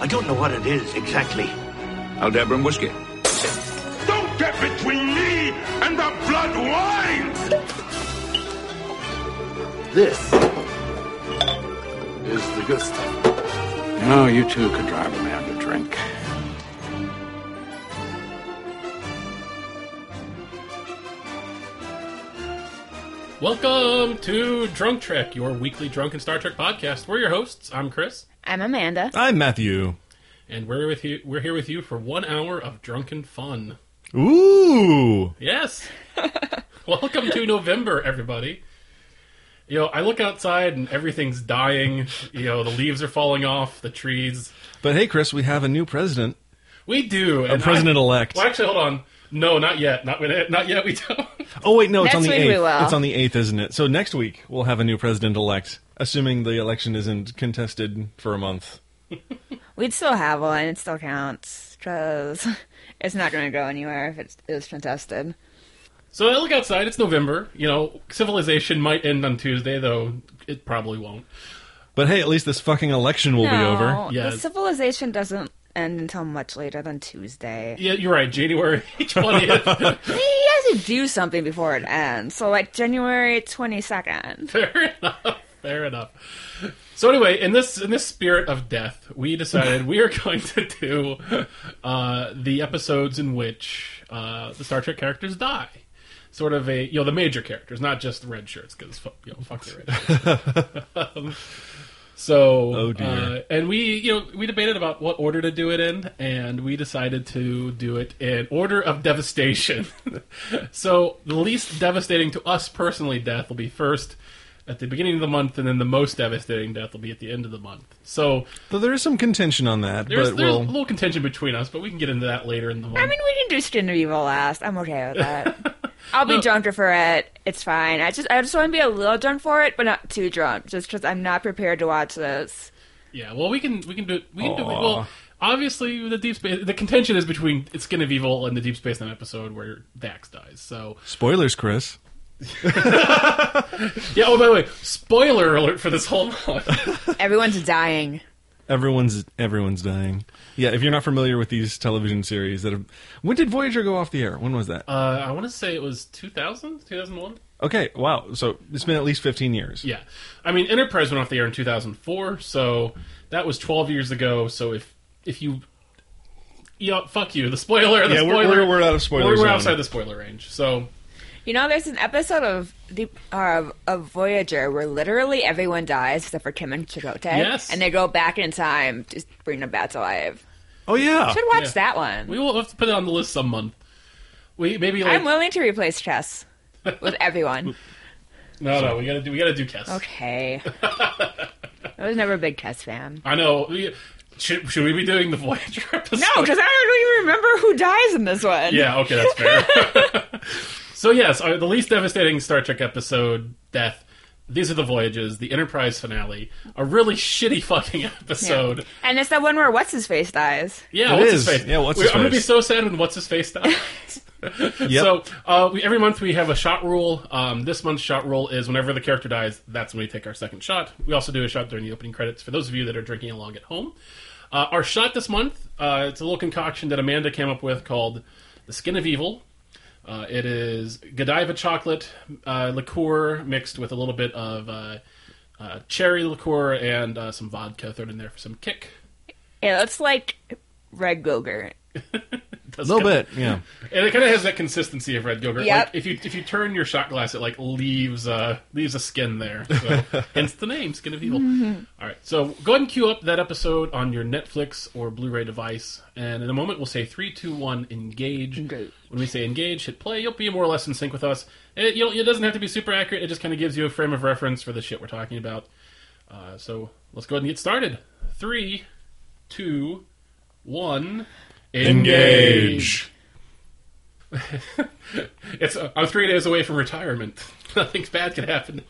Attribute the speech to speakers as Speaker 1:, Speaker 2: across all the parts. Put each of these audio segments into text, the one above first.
Speaker 1: I don't know what it is exactly.
Speaker 2: Aldabra and whiskey.
Speaker 3: Don't get between me and the blood wine!
Speaker 4: This is the good stuff.
Speaker 5: You know, you too could drive a man to drink.
Speaker 6: Welcome to Drunk Trek, your weekly drunken Star Trek podcast. We're your hosts. I'm Chris,
Speaker 7: I'm Amanda.
Speaker 8: I'm Matthew.
Speaker 6: and we're with you. We're here with you for one hour of drunken fun.
Speaker 8: Ooh.
Speaker 6: Yes. Welcome to November, everybody. You know, I look outside and everything's dying. You know, the leaves are falling off the trees.
Speaker 8: But hey, Chris, we have a new president.
Speaker 6: We do.
Speaker 8: A
Speaker 6: And
Speaker 8: president
Speaker 6: I,
Speaker 8: elect.
Speaker 6: well, actually, hold on. No, not yet. Not not yet. We don't.
Speaker 8: Oh wait, no, it's on the
Speaker 7: Next week we
Speaker 8: eighth.
Speaker 7: will.
Speaker 8: It's on the eighth, isn't it? So next week we'll have a new president elect, assuming the election isn't contested for a month.
Speaker 7: We'd still have one. It still counts because it's not going to go anywhere if it's, it was contested.
Speaker 6: So I look outside. It's November. You know, civilization might end on Tuesday, though it probably won't.
Speaker 8: But hey, at least this fucking election will be over.
Speaker 7: No,
Speaker 6: Yeah.
Speaker 7: The civilization doesn't end until much later than Tuesday.
Speaker 6: Yeah, you're right. January twentieth.
Speaker 7: You have to do something before it ends. So like January twenty second.
Speaker 6: Fair enough. Fair enough. So anyway, in this in this spirit of death, we decided we are going to do uh, the episodes in which uh, the Star Trek characters die. Sort of a you know the major characters, not just the red shirts, because you know fuck the red shirts. Um, so
Speaker 8: Oh, dear.
Speaker 6: Uh, and we you know we debated about what order to do it in, and we decided to do it in order of devastation. So the least devastating to us personally death will be first at the beginning of the month, and then the most devastating death will be at the end of the month. So
Speaker 8: Though there is some contention on that,
Speaker 6: there's,
Speaker 8: but
Speaker 6: there's
Speaker 8: we'll
Speaker 6: a little contention between us, but we can get into that later in the month.
Speaker 7: I mean, we can do Skin of Evil last. I'm okay with that. I'll be drunker for it. It's fine. I just I just want to be a little drunk for it, but not too drunk, just because I'm not prepared to watch this.
Speaker 6: yeah, well, we can we can do it. We can do it.
Speaker 8: Aw.
Speaker 6: Well, obviously the deep space. The contention is between Skin of Evil and the Deep Space Nine episode where Dax dies. So
Speaker 8: spoilers, Chris.
Speaker 6: yeah. Oh, by the way, spoiler alert for this whole month.
Speaker 7: Everyone's dying.
Speaker 8: Everyone's everyone's dying. Yeah, if you're not familiar with these television series that have when did Voyager go off the air? When was that?
Speaker 6: uh, I want to say it was 2000, 2001.
Speaker 8: okay, wow. So it's been at least fifteen years.
Speaker 6: Yeah. I mean, Enterprise went off the air in 2004, so that was 12 years ago. So if if you yeah, fuck you. The spoiler. The
Speaker 8: Yeah, we're-
Speaker 6: spoiler.
Speaker 8: we're- we're out of spoiler
Speaker 6: We're, we're
Speaker 8: zone.
Speaker 6: outside the spoiler range. So
Speaker 7: You know, there's an episode of the uh, of Voyager where literally everyone dies except for Kim and Chakotay,
Speaker 6: Yes.
Speaker 7: and they go back in time to bring them back to life.
Speaker 8: Oh yeah.
Speaker 7: Should
Speaker 6: Uh,
Speaker 7: watch
Speaker 6: Yeah.
Speaker 7: that one.
Speaker 6: we will have to put it on the list some month. We maybe like
Speaker 7: I'm willing to replace chess with everyone.
Speaker 6: no no we gotta do we gotta do Kess.
Speaker 7: Okay. I was never a big chess fan.
Speaker 6: I know. We, should should we be doing the Voyager episode?
Speaker 7: No, because I don't even remember who dies in this one.
Speaker 6: Yeah, okay, that's fair. so yes, uh, the least devastating Star Trek episode death. These are the voyages, the Enterprise finale, a really shitty fucking episode.
Speaker 7: And it's the one where what's his face dies.
Speaker 6: Yeah,
Speaker 8: It
Speaker 6: what's
Speaker 8: is.
Speaker 6: his face?
Speaker 8: Yeah, what's
Speaker 6: We-
Speaker 8: his
Speaker 6: I'm gonna be
Speaker 8: face?
Speaker 6: so sad when what's his face dies. So uh, we, every month we have a shot rule. Um, this month's shot rule is whenever the character dies, that's when we take our second shot. We also do a shot during the opening credits for those of you that are drinking along at home. Uh, our shot this month, uh, it's a little concoction that Amanda came up with called the Skin of Evil. Uh, it is Godiva chocolate uh, liqueur mixed with a little bit of uh, uh, cherry liqueur and uh, some vodka thrown in there for some kick.
Speaker 7: It looks like Red Gogurt.
Speaker 8: A little bit, yeah.
Speaker 6: And it kind of has that consistency of red yogurt.
Speaker 7: Yep.
Speaker 6: Like if you if you turn your shot glass, it like leaves uh leaves a skin there. So, hence the name, Skin of Evil.
Speaker 7: Mm-hmm.
Speaker 6: All right, so go ahead and queue up that episode on your Netflix or Blu-ray device, and in a moment we'll say three, two, one, engage.
Speaker 7: Engage.
Speaker 6: When we say engage, hit play. You'll be more or less in sync with us. It, you know, it doesn't have to be super accurate. It just kind of gives you a frame of reference for the shit we're talking about. Uh, so let's go ahead and get started. Three, two, one, It's uh, I'm three days away from retirement. Nothing bad could happen.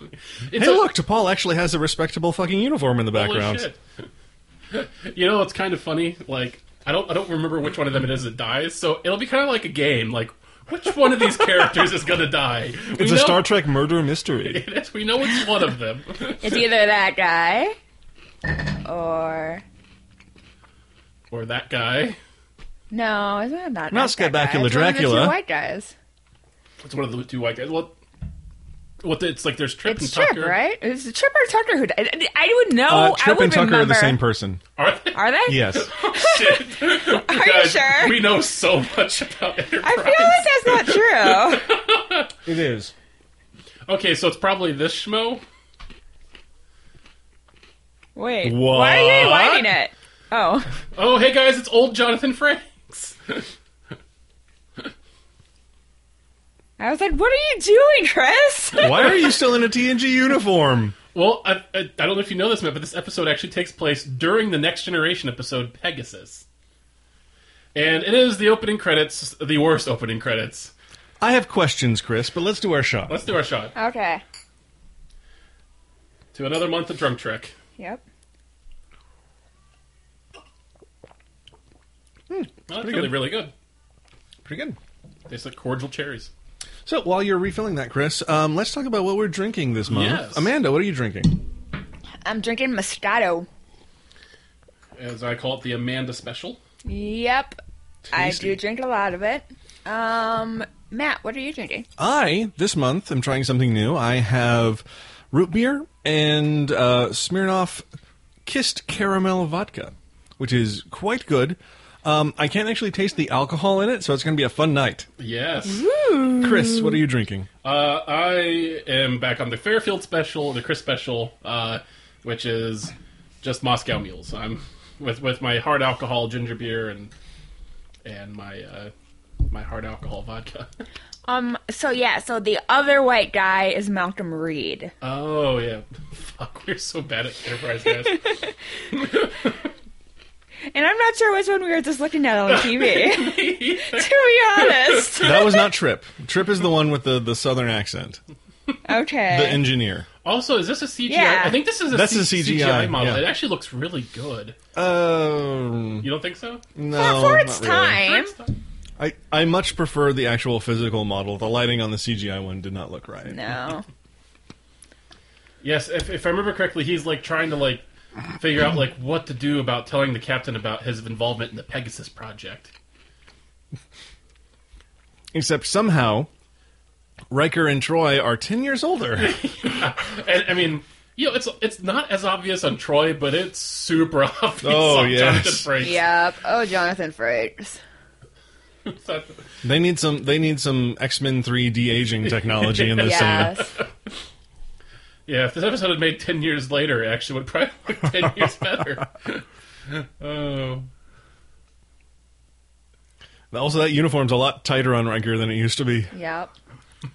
Speaker 6: It's
Speaker 8: Hey,
Speaker 6: a-
Speaker 8: look, T'Pol actually has a respectable fucking uniform in the
Speaker 6: holy
Speaker 8: background.
Speaker 6: shit. you know, it's kind of funny. Like I don't I don't remember which one of them it is that dies. So it'll be kind of like a game. Like which one of these characters is gonna die? We
Speaker 8: It's
Speaker 6: know,
Speaker 8: a Star Trek murder mystery.
Speaker 6: Yes, we know it's one of them.
Speaker 7: It's either that guy or
Speaker 6: or that guy.
Speaker 7: No, it's not that.
Speaker 8: Not
Speaker 7: that guy.
Speaker 8: Scatbacula
Speaker 7: It's one of the two
Speaker 8: Dracula.
Speaker 7: white guys.
Speaker 6: It's one of the two white guys. Well, what the, it's like there's Trip
Speaker 7: It's
Speaker 6: and
Speaker 7: Trip,
Speaker 6: Tucker.
Speaker 7: right? It's Trip or Tucker who died. I- I would know.
Speaker 8: uh,
Speaker 7: Oh, I
Speaker 8: Trip
Speaker 7: would
Speaker 8: and Tucker
Speaker 7: remember.
Speaker 8: are the same person.
Speaker 6: Are they?
Speaker 7: Are they?
Speaker 8: Yes.
Speaker 6: Shit. Are
Speaker 7: you sure?
Speaker 6: We know so much about Enterprise.
Speaker 7: I feel like that's not true.
Speaker 8: it is.
Speaker 6: Okay, so it's probably this schmo.
Speaker 7: Wait, why are you
Speaker 6: What?
Speaker 7: whining it? Oh,
Speaker 6: Oh, hey guys, it's old Jonathan Franks.
Speaker 7: I was like, what are you doing, Chris?
Speaker 8: Why are you still in a TNG uniform?
Speaker 6: well, I, I, I don't know if you know this, Matt, but this episode actually takes place during the Next Generation episode Pegasus, and it is the opening credits, the worst opening credits.
Speaker 8: I have questions, Chris, but let's do our shot.
Speaker 6: Let's do our shot
Speaker 7: okay.
Speaker 6: to another month of Drunk Trek.
Speaker 7: Yep.
Speaker 6: Well, that's
Speaker 8: pretty
Speaker 6: really
Speaker 8: good.
Speaker 6: really good.
Speaker 8: Pretty good.
Speaker 6: Tastes like cordial cherries.
Speaker 8: So while you're refilling that, Chris, um, let's talk about what we're drinking this month.
Speaker 6: Yes.
Speaker 8: Amanda, what are you drinking?
Speaker 7: I'm drinking Moscato.
Speaker 6: As I call it, the Amanda Special.
Speaker 7: Yep. I
Speaker 8: Tasty.
Speaker 7: do drink a lot of it. Um, Matt, what are you drinking?
Speaker 8: I this month am trying something new. I have root beer and uh, Smirnoff Kissed Caramel Vodka, which is quite good. Um, I can't actually taste the alcohol in it, so it's going to be a fun night.
Speaker 6: Yes.
Speaker 8: Chris, what are you drinking?
Speaker 6: Uh, I am back on the Fairfield special, the Chris special, uh, which is just Moscow mules. I'm with with my hard alcohol ginger beer and and my uh, my hard alcohol vodka.
Speaker 7: Um, so yeah, so the other white guy is Malcolm Reed.
Speaker 6: Oh yeah, fuck, we're so bad at Enterprise guys.
Speaker 7: And I'm not sure which one we were just looking at on TV. to be honest.
Speaker 8: That was not Trip. Trip is the one with the, the southern accent, the
Speaker 7: Okay.
Speaker 8: engineer.
Speaker 6: also, is this a CGI?
Speaker 7: Yeah.
Speaker 6: I think this is a,
Speaker 8: That's
Speaker 6: C-
Speaker 8: a CGI,
Speaker 6: model.
Speaker 8: yeah.
Speaker 6: It actually looks really good.
Speaker 8: Um,
Speaker 6: You don't think so?
Speaker 8: no,
Speaker 7: for its
Speaker 8: not really.
Speaker 7: time.
Speaker 8: I, I much prefer the actual physical model. The lighting on the CGI one did not look right.
Speaker 7: No.
Speaker 6: Yes, if, if I remember correctly, he's like trying to like figure out like what to do about telling the captain about his involvement in the Pegasus project.
Speaker 8: Except somehow, Riker and Troy are 10 years older.
Speaker 6: And I mean, you know, it's it's not as obvious on Troy, but it's super obvious
Speaker 8: Oh,
Speaker 6: on
Speaker 8: yes.
Speaker 6: Jonathan Frakes.
Speaker 7: Yep. Oh, Jonathan Frakes.
Speaker 6: So-
Speaker 8: they need some they need some X-Men 3 de-aging technology in this scene.
Speaker 7: Yes.
Speaker 6: yeah, if this episode had made ten years later, it actually would probably look ten years better. oh,
Speaker 8: Also that uniform's a lot tighter on Riker than it used to be.
Speaker 7: Yep.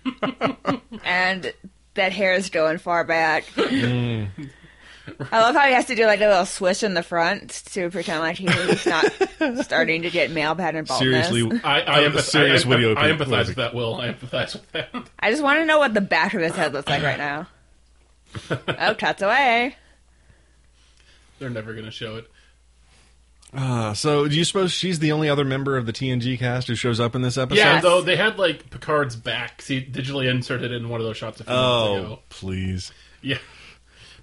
Speaker 7: and that hair is going far back.
Speaker 8: Mm.
Speaker 7: I love how he has to do like a little swish in the front to pretend like he's not starting to get male pattern baldness.
Speaker 8: Seriously.
Speaker 6: I, I,
Speaker 8: That
Speaker 6: empath-
Speaker 8: was a serious
Speaker 6: I, empath-
Speaker 8: video
Speaker 6: I
Speaker 8: clip.
Speaker 6: empathize with that. Will I empathize with that?
Speaker 7: I just want to know what the back of his head looks like right now. Oh, cuts away.
Speaker 6: They're never going to show it.
Speaker 8: Uh, so do you suppose she's the only other member of the TNG cast who shows up in this episode?
Speaker 6: Yeah,
Speaker 7: Yes.
Speaker 6: though they had like Picard's back see, digitally inserted in one of those shots a few minutes
Speaker 8: Oh,
Speaker 6: ago.
Speaker 8: please.
Speaker 6: Yeah.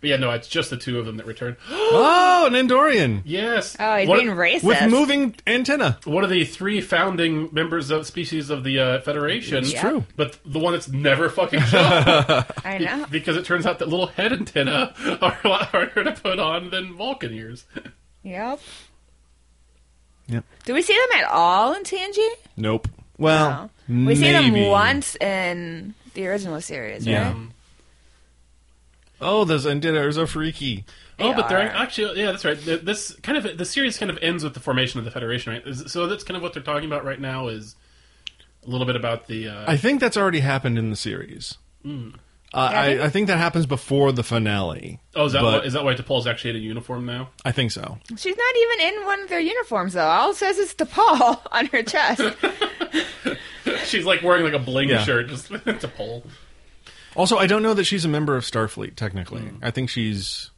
Speaker 6: But yeah, no, it's just the two of them that return.
Speaker 8: Oh, an Endorian
Speaker 6: yes.
Speaker 7: Oh, he's
Speaker 6: One-
Speaker 7: being racist.
Speaker 8: with moving antenna.
Speaker 6: one of the three founding members of species of the uh, Federation.
Speaker 7: It's true.
Speaker 6: but the one that's never fucking shown
Speaker 7: I know.
Speaker 6: because it turns out that little head antenna are a lot harder to put on than Vulcan ears.
Speaker 7: Yep.
Speaker 8: Yep.
Speaker 7: Do we see them at all in TNG?
Speaker 8: Nope. Well,
Speaker 7: No. We see them
Speaker 8: maybe.
Speaker 7: once in the original series,
Speaker 8: Yeah.
Speaker 7: right?
Speaker 8: Oh, those antennas are freaky.
Speaker 6: oh, but they're
Speaker 7: are.
Speaker 6: actually yeah, that's right. Th- This kind of the series kind of ends with the formation of the Federation, right? Is- So that's kind of what they're talking about right now is a little bit about the. Uh,
Speaker 8: I think that's already happened in the series. Uh,
Speaker 7: Yeah, I think-
Speaker 8: I, I think that happens before the finale.
Speaker 6: oh, is that
Speaker 8: but-
Speaker 6: why, is that why DePaul's actually in a uniform now?
Speaker 8: I think so.
Speaker 7: She's not even in one of their uniforms, though. All it says is DePaul on her chest.
Speaker 6: She's like wearing like a bling
Speaker 8: Yeah.
Speaker 6: shirt, just DePaul.
Speaker 8: Also, I don't know that she's a member of Starfleet. Technically, I think she's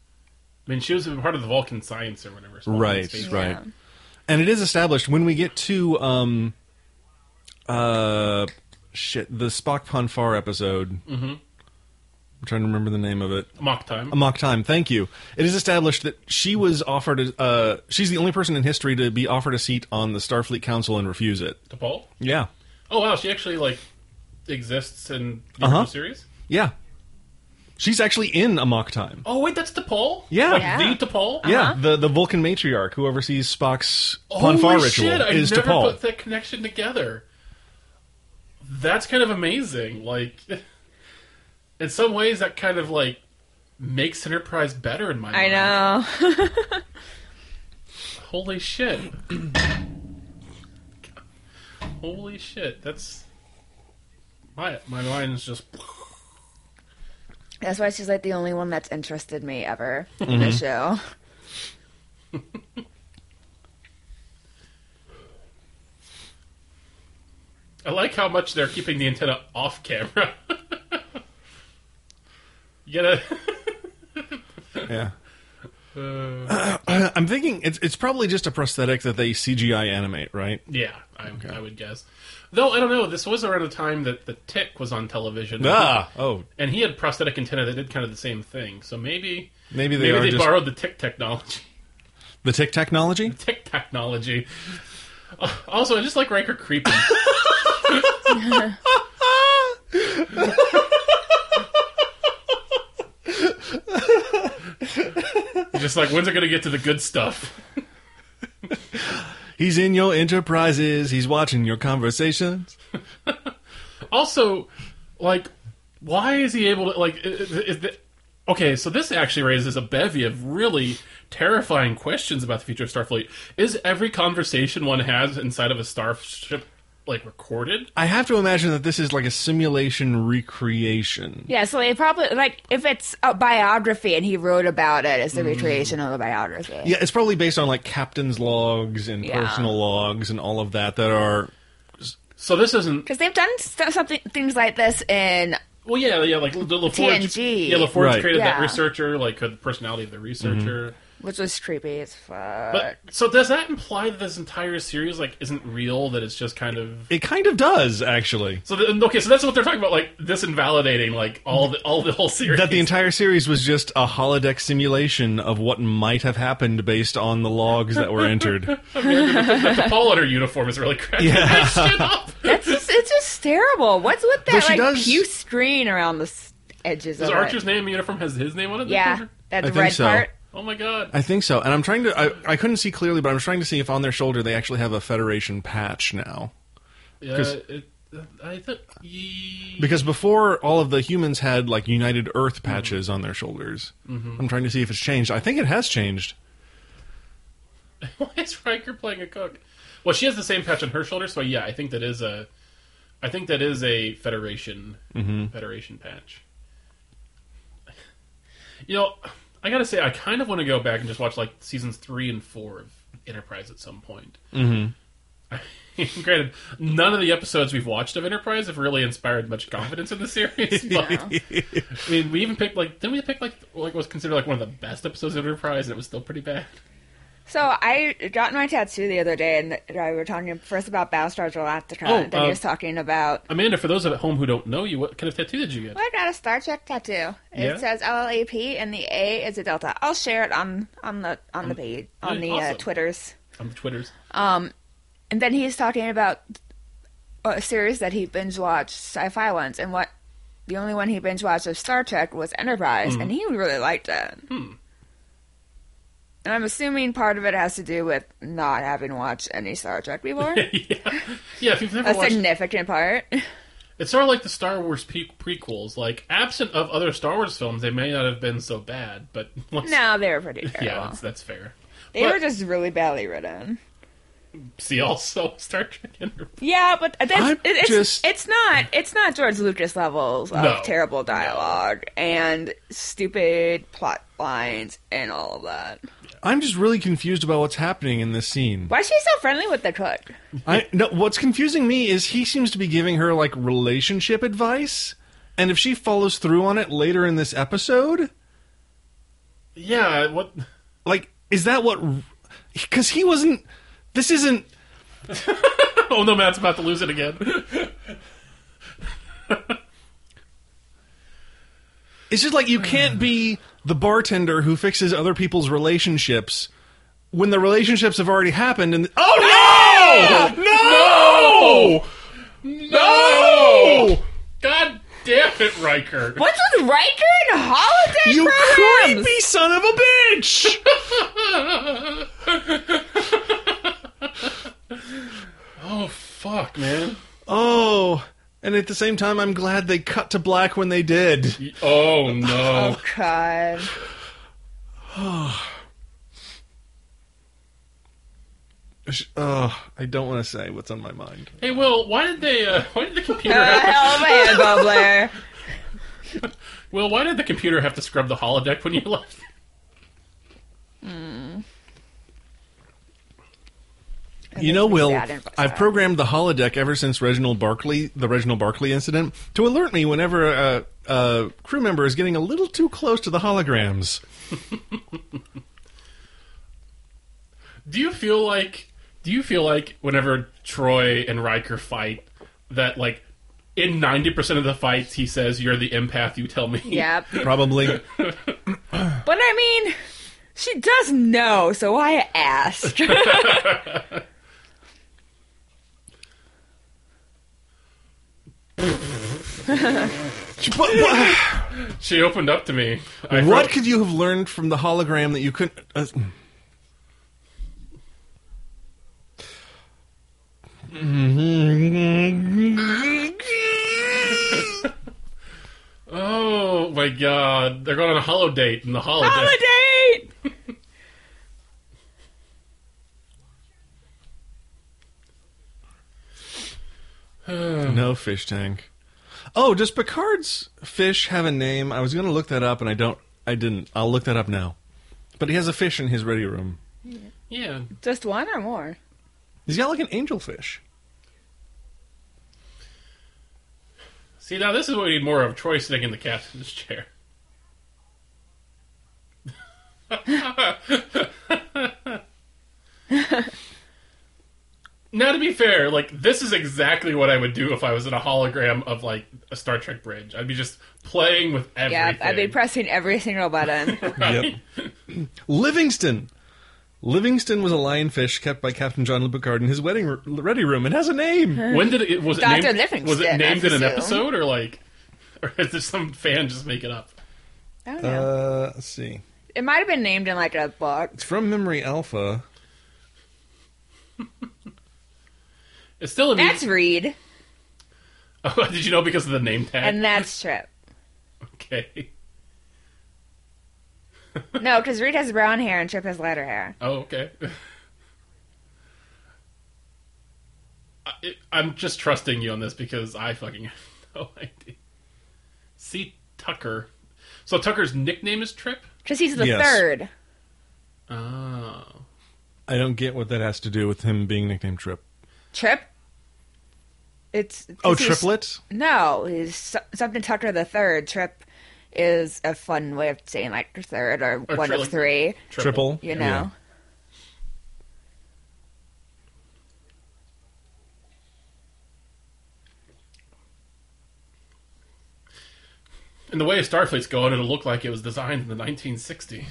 Speaker 6: I mean, she was a part of the Vulcan science or whatever. so
Speaker 8: right,
Speaker 6: space-
Speaker 8: right. And it is established when we get to um, uh, shit, the Spock Ponfar episode. I'm trying to remember the name of it.
Speaker 6: Mock time.
Speaker 8: Amok Time, thank you. It is established that she was offered. A, uh, she's the only person in history to be offered a seat on the Starfleet Council and refuse it.
Speaker 6: to Paul.
Speaker 8: Yeah,
Speaker 6: Oh wow, she actually like exists in the
Speaker 8: Uh-huh.
Speaker 6: original series.
Speaker 8: yeah. She's actually in Amok Time.
Speaker 6: Oh wait, that's DePaul.
Speaker 8: Yeah.
Speaker 6: like,
Speaker 7: Yeah. Uh-huh.
Speaker 6: the DePaul.
Speaker 8: Yeah, the the Vulcan matriarch who oversees Spock's
Speaker 6: Holy
Speaker 8: Ponfar ritual
Speaker 6: shit! I
Speaker 8: is
Speaker 6: never
Speaker 8: DePaul.
Speaker 6: put that connection together. That's kind of amazing. Like, in some ways, that kind of like makes Enterprise better in my
Speaker 7: I
Speaker 6: mind.
Speaker 7: know.
Speaker 6: Holy shit! Holy shit! That's my my mind is just
Speaker 7: That's why she's like the only one that's interested me ever in
Speaker 8: Mm-hmm.
Speaker 7: the show.
Speaker 6: I like how much they're keeping the antenna off camera. you gotta.
Speaker 8: yeah.
Speaker 6: Uh,
Speaker 8: I'm thinking it's it's probably just a prosthetic that they CGI animate, right?
Speaker 6: yeah, I, I would guess. Though, I don't know, this was around the time that The Tick was on television.
Speaker 8: oh,
Speaker 6: And he had prosthetic antenna that did kind of the same thing. So maybe
Speaker 8: maybe they
Speaker 6: maybe
Speaker 8: are
Speaker 6: they
Speaker 8: just
Speaker 6: borrowed the Tick technology.
Speaker 8: the tick technology.
Speaker 6: Tick technology. Uh, Also, I just like Riker creeping. just like, when's it going to get to the good stuff?
Speaker 8: He's in your enterprises. He's watching your conversations.
Speaker 6: also like why is he able to like is, is the, okay so this actually raises a bevy of really terrifying questions about the future of starfleet is every conversation one has inside of a starship like recorded
Speaker 8: I have to imagine that this is like a simulation recreation.
Speaker 7: Yeah, so they probably like if it's a biography and he wrote about it, it's a recreation of the biography.
Speaker 8: Mm. Yeah, it's probably based on like captain's logs and
Speaker 7: Yeah.
Speaker 8: personal logs and all of that that are
Speaker 6: so this isn't
Speaker 7: Because they've done stuff, something things like this in
Speaker 6: well yeah yeah like the LaForge,
Speaker 7: TNG.
Speaker 6: yeah LaForge
Speaker 8: Right. Mm-hmm.
Speaker 6: created that
Speaker 7: Yeah.
Speaker 6: researcher like uh, the personality of the researcher
Speaker 7: which was creepy as fuck.
Speaker 6: but so does that imply that this entire series like isn't real that it's just kind of
Speaker 8: it kind of does actually.
Speaker 6: so the, okay so that's what they're talking about like this invalidating like all the all the whole series
Speaker 8: That the entire series was just a holodeck simulation of what might have happened based on the logs that were entered.
Speaker 6: the Paul in her uniform is really cracking
Speaker 8: Yeah.
Speaker 6: that shit up.
Speaker 7: That's just, it's just terrible. What's with that
Speaker 8: she
Speaker 7: like
Speaker 8: does-
Speaker 7: pew screen around the s- edges
Speaker 6: Does
Speaker 7: of
Speaker 6: Archer's
Speaker 7: it?
Speaker 6: name uniform has his name on it?
Speaker 7: Yeah, that
Speaker 8: I think
Speaker 7: red
Speaker 8: so.
Speaker 7: part.
Speaker 6: Oh my god.
Speaker 8: I think so. And I'm trying to. I, I couldn't see clearly, but I'm trying to see if on their shoulder they actually have a Federation patch now.
Speaker 6: Yeah.
Speaker 8: 'Cause-
Speaker 6: It, I thought. ye-
Speaker 8: Because before, all of the humans had like United Earth patches on their shoulders. I'm trying to see if it's changed. I think it has changed.
Speaker 6: Why is Riker playing a cook? Well, she has the same patch on her shoulder, so yeah, I think that is a. I think that is a Federation Federation patch. You know, I gotta say, I kind of want to go back and just watch like seasons three and four of Enterprise at some point. Mm-hmm. Granted, none of the episodes we've watched of Enterprise have really inspired much confidence in the series. But, I mean, we even picked like didn't we pick like like was considered like one of the best episodes of Enterprise, and it was still pretty bad.
Speaker 7: So I got my tattoo the other day, and I were talking first about Battlestar Galactica,
Speaker 6: Oh,
Speaker 7: and then
Speaker 6: uh,
Speaker 7: he was talking about.
Speaker 6: Amanda, for those at home who don't know you, what kind of tattoo did you get?
Speaker 7: I got a Star Trek tattoo. It
Speaker 6: Yeah?
Speaker 7: says LLAP, and the A is a delta. I'll share it on on the on the page on the uh,
Speaker 6: Um, awesome.
Speaker 7: Twitters.
Speaker 6: On the Twitters.
Speaker 7: Um, And then he's talking about a series that he binge watched, sci-fi ones, and what the only one he binge watched of Star Trek was Enterprise,
Speaker 6: Mm.
Speaker 7: and he really liked it.
Speaker 6: Hmm.
Speaker 7: And I'm assuming part of it has to do with not having watched any Star Trek before.
Speaker 6: yeah. yeah, if you've never
Speaker 7: a
Speaker 6: watched,
Speaker 7: significant part.
Speaker 6: it's sort of like the Star Wars pe- prequels. Like, absent of other Star Wars films, they may not have been so bad, but once-
Speaker 7: no, they were pretty terrible.
Speaker 6: yeah, that's, that's fair.
Speaker 7: they
Speaker 6: but-
Speaker 7: were just really badly written.
Speaker 6: See, also Star Trek. Enterprise.
Speaker 7: Yeah, but that's,
Speaker 8: I'm
Speaker 7: it- it's
Speaker 8: just-
Speaker 7: it's not it's not George Lucas levels of
Speaker 6: No.
Speaker 7: terrible dialogue and stupid plot lines and all of that.
Speaker 8: I'm just really confused about what's happening in this scene.
Speaker 7: Why is she so friendly with the cook?
Speaker 8: I, no, what's confusing me is he seems to be giving her like relationship advice, and if she follows through on it later in this episode,
Speaker 6: Yeah, what?
Speaker 8: like, is that what? Because he wasn't. This isn't.
Speaker 6: Oh no, Matt's about to lose it again.
Speaker 8: It's just like you can't be the bartender who fixes other people's relationships when the relationships have already happened. And oh no! no, no,
Speaker 6: God damn it, Riker.
Speaker 7: What's with Riker and holiday
Speaker 8: You
Speaker 7: programs?
Speaker 8: creepy son of a bitch!
Speaker 6: Oh fuck, man.
Speaker 8: Oh, and at the same time, I'm glad they cut to black when they did.
Speaker 6: Oh no.
Speaker 7: Oh god.
Speaker 8: Oh, I don't want to say what's on my mind.
Speaker 6: Hey, Will, why did they? Uh, why did the computer?
Speaker 7: A
Speaker 6: Have,
Speaker 7: hell of a hand bubbler.
Speaker 6: Will, why did the computer have to scrub the holodeck when you left?
Speaker 8: You know,
Speaker 7: makes me
Speaker 8: Will,
Speaker 7: sad and
Speaker 8: I've
Speaker 7: upset.
Speaker 8: programmed the holodeck ever since Reginald Barkley, the Reginald Barkley incident, to alert me whenever a, a crew member is getting a little too close to the holograms.
Speaker 6: Do you feel like? Do you feel like whenever Troy and Riker fight, that like in ninety percent of the fights he says, "You're the empath. You tell me."
Speaker 7: Yep.
Speaker 8: Probably.
Speaker 7: But I mean, she does know, so I asked.
Speaker 8: But what,
Speaker 6: She opened up to me. I
Speaker 8: what
Speaker 6: wrote-
Speaker 8: could you have learned from the hologram that you couldn't? Uh,
Speaker 6: oh my god! They're going on a hollow date in the holodeck.
Speaker 7: holiday.
Speaker 8: no fish tank. Oh, does Picard's fish have a name? I was going to look that up, and I don't. I didn't. I'll look that up now. But he has a fish in his ready room.
Speaker 6: Yeah.
Speaker 7: Just one or more?
Speaker 8: He's got like an angelfish.
Speaker 6: See, now this is what we need more of. Troy sitting in the captain's chair. now, to be fair, like this is exactly what I would do if I was in a hologram of like a Star Trek bridge. I'd be just playing with everything.
Speaker 7: Yep. I've been pressing every single button. Oh,
Speaker 8: Yep. Livingston. Livingston was a lionfish kept by Captain John Le Picard in his wedding r- ready room. It has a name.
Speaker 6: When did it was it
Speaker 7: Dr.
Speaker 6: named, was it
Speaker 7: Livingston,
Speaker 6: named
Speaker 7: I
Speaker 6: in an
Speaker 7: presume.
Speaker 6: episode or like or is there some fan just make it up?
Speaker 7: I don't know.
Speaker 8: Uh, let's see.
Speaker 7: it might have been named in like a book.
Speaker 8: It's from Memory Alpha.
Speaker 6: It's still a meme.
Speaker 7: That's Reed,
Speaker 6: Oh, did you know because of the name tag?
Speaker 7: and that's Trip.
Speaker 6: okay.
Speaker 7: No, because Reed has brown hair and Trip has lighter hair.
Speaker 6: Oh, okay. I, it, I'm just trusting you on this because I fucking have no idea. See Tucker. So Tucker's nickname is Trip.
Speaker 7: Because he's the
Speaker 8: Yes.
Speaker 7: third.
Speaker 6: Oh,
Speaker 8: I don't get what that has to do with him being nicknamed Trip.
Speaker 7: Trip. It's 'cause
Speaker 8: Oh,
Speaker 7: he's-
Speaker 8: triplet?
Speaker 7: No, he's so- something Tucker the third. Trip is a fun way of saying like the third or,
Speaker 6: Or
Speaker 7: one
Speaker 6: tri-
Speaker 7: of three.
Speaker 8: Triple?
Speaker 7: You know.
Speaker 8: Yeah.
Speaker 6: And the way Starfleet's going, it'll look like it was designed in the 1960s.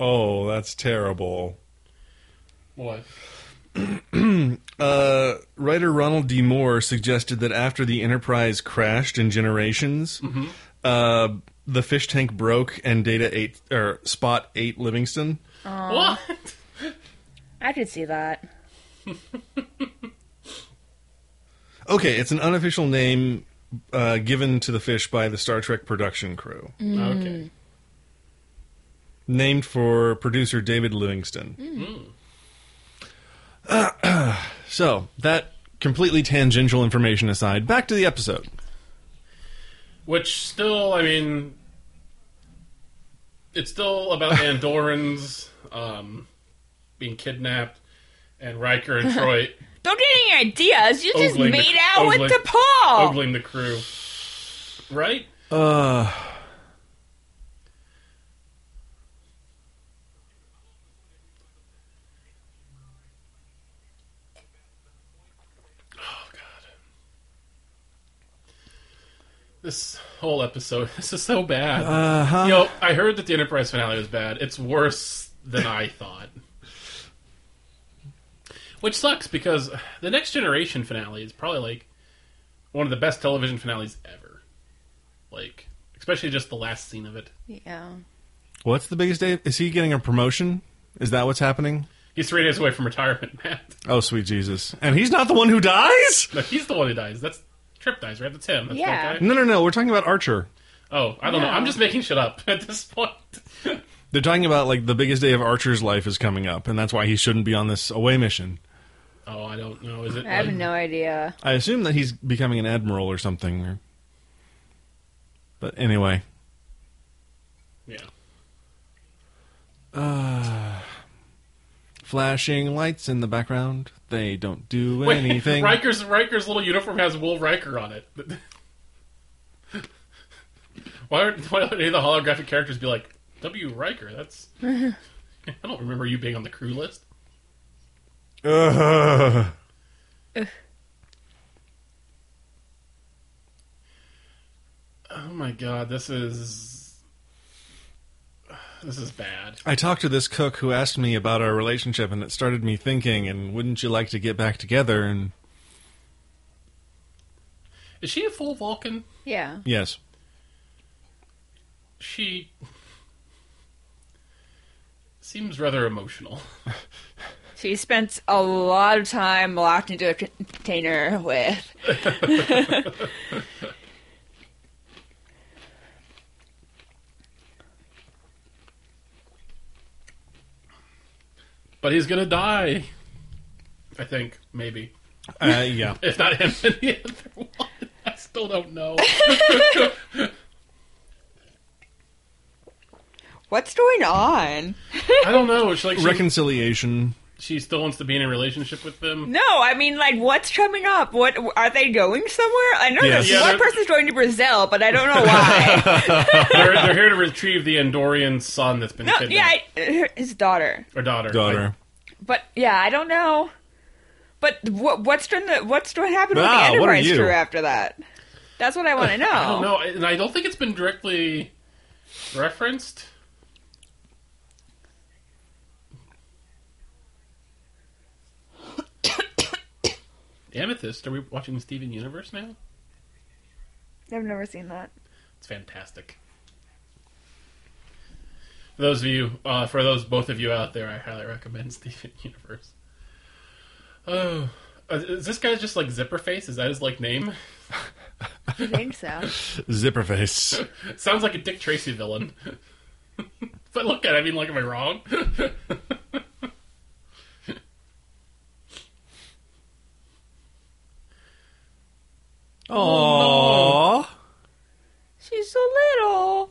Speaker 8: Oh, that's terrible.
Speaker 6: What?
Speaker 8: Uh, writer Ronald D. Moore suggested that after the Enterprise crashed in Generations, uh, the fish tank broke and Data ate or Spot ate Livingston.
Speaker 6: What?
Speaker 7: I could see that.
Speaker 8: Okay, it's an unofficial name uh, given to the fish by the Star Trek production crew,
Speaker 6: Mm. Okay.
Speaker 8: named for producer David Livingston. so, that completely tangential information aside, back to the episode.
Speaker 6: Which still, I mean, it's still about Andorans um, being kidnapped and Riker and Troy
Speaker 7: Don't get any ideas. You just
Speaker 6: Ogling the-
Speaker 7: made out
Speaker 6: ogling-
Speaker 7: with the paw.
Speaker 6: ogling the crew. Right?
Speaker 8: Uh,
Speaker 6: God. this whole episode. This is so bad. You know, I heard that the Enterprise finale was bad. It's worse than I thought. Which sucks because the Next Generation finale is probably like one of the best television finales ever. Like, especially just the last scene of it.
Speaker 7: Yeah.
Speaker 8: What's the biggest day? Is he getting a promotion? Is that what's happening?
Speaker 6: He's three days away from retirement, Matt.
Speaker 8: Oh, sweet Jesus. And he's not the one who dies?
Speaker 6: No, he's the one who dies. That's Trip dies, right? That's him. That's
Speaker 7: Yeah.
Speaker 6: that guy.
Speaker 8: No, no, no. We're talking about Archer.
Speaker 6: Oh, I don't know. I'm just making shit up at this point.
Speaker 8: They're talking about, like, the biggest day of Archer's life is coming up, and that's why he shouldn't be on this away mission.
Speaker 6: Oh, I don't know. Is it?
Speaker 7: I have
Speaker 6: like-
Speaker 7: no idea.
Speaker 8: I assume that he's becoming an admiral or something. or- But anyway.
Speaker 6: Yeah.
Speaker 8: Flashing lights in the background. They don't do
Speaker 6: Wait,
Speaker 8: anything.
Speaker 6: Riker's Riker's little uniform has Will Riker on it. why aren't why don't any of the holographic characters be like W Riker? That's I don't remember you being on the crew list.
Speaker 8: Ugh.
Speaker 6: Oh my god, this is this is bad.
Speaker 8: I talked to this cook who asked me about our relationship, and it started me thinking, and wouldn't you like to get back together? And
Speaker 6: Is she a full Vulcan?
Speaker 7: Yeah.
Speaker 8: yes.
Speaker 6: She seems rather emotional.
Speaker 7: She spent a lot of time locked into a container with.
Speaker 6: But he's gonna die. I think, maybe.
Speaker 8: Uh, yeah.
Speaker 6: If not him, then the other one. I still don't know.
Speaker 7: What's going on?
Speaker 6: I don't know. She like she,
Speaker 8: Reconciliation.
Speaker 6: she still wants to be in a relationship with them.
Speaker 7: No, I mean, like, what's coming up? What are they going somewhere? I know
Speaker 8: Yes.
Speaker 7: there's
Speaker 6: Yeah,
Speaker 7: one
Speaker 6: they're-
Speaker 7: person's going to Brazil, but I don't know why.
Speaker 6: They're, they're here to retrieve the Andorian son that's been
Speaker 7: no,
Speaker 6: kidnapped
Speaker 7: yeah, I, uh, his daughter.
Speaker 6: or daughter.
Speaker 8: Daughter.
Speaker 7: But yeah, I don't know. But what, what's going to what's going to happen with
Speaker 8: Ah,
Speaker 7: the
Speaker 8: what are
Speaker 7: Enterprise
Speaker 8: you?
Speaker 7: crew after that? That's what I want to know.
Speaker 6: I don't know, I- and I don't think it's been directly referenced. Amethyst. Are we watching Steven Universe now?
Speaker 7: I've never seen that.
Speaker 6: It's fantastic. For those of you, uh, for those both of you out there, I highly recommend Steven Universe. Oh, is- is this guy just like Zipper Face? Is that his like name?
Speaker 7: I think so.
Speaker 8: Zipper face.
Speaker 6: Sounds like a Dick Tracy villain. but look at, it, I mean, like, am I wrong? Oh,
Speaker 8: Aww.
Speaker 7: She's so little.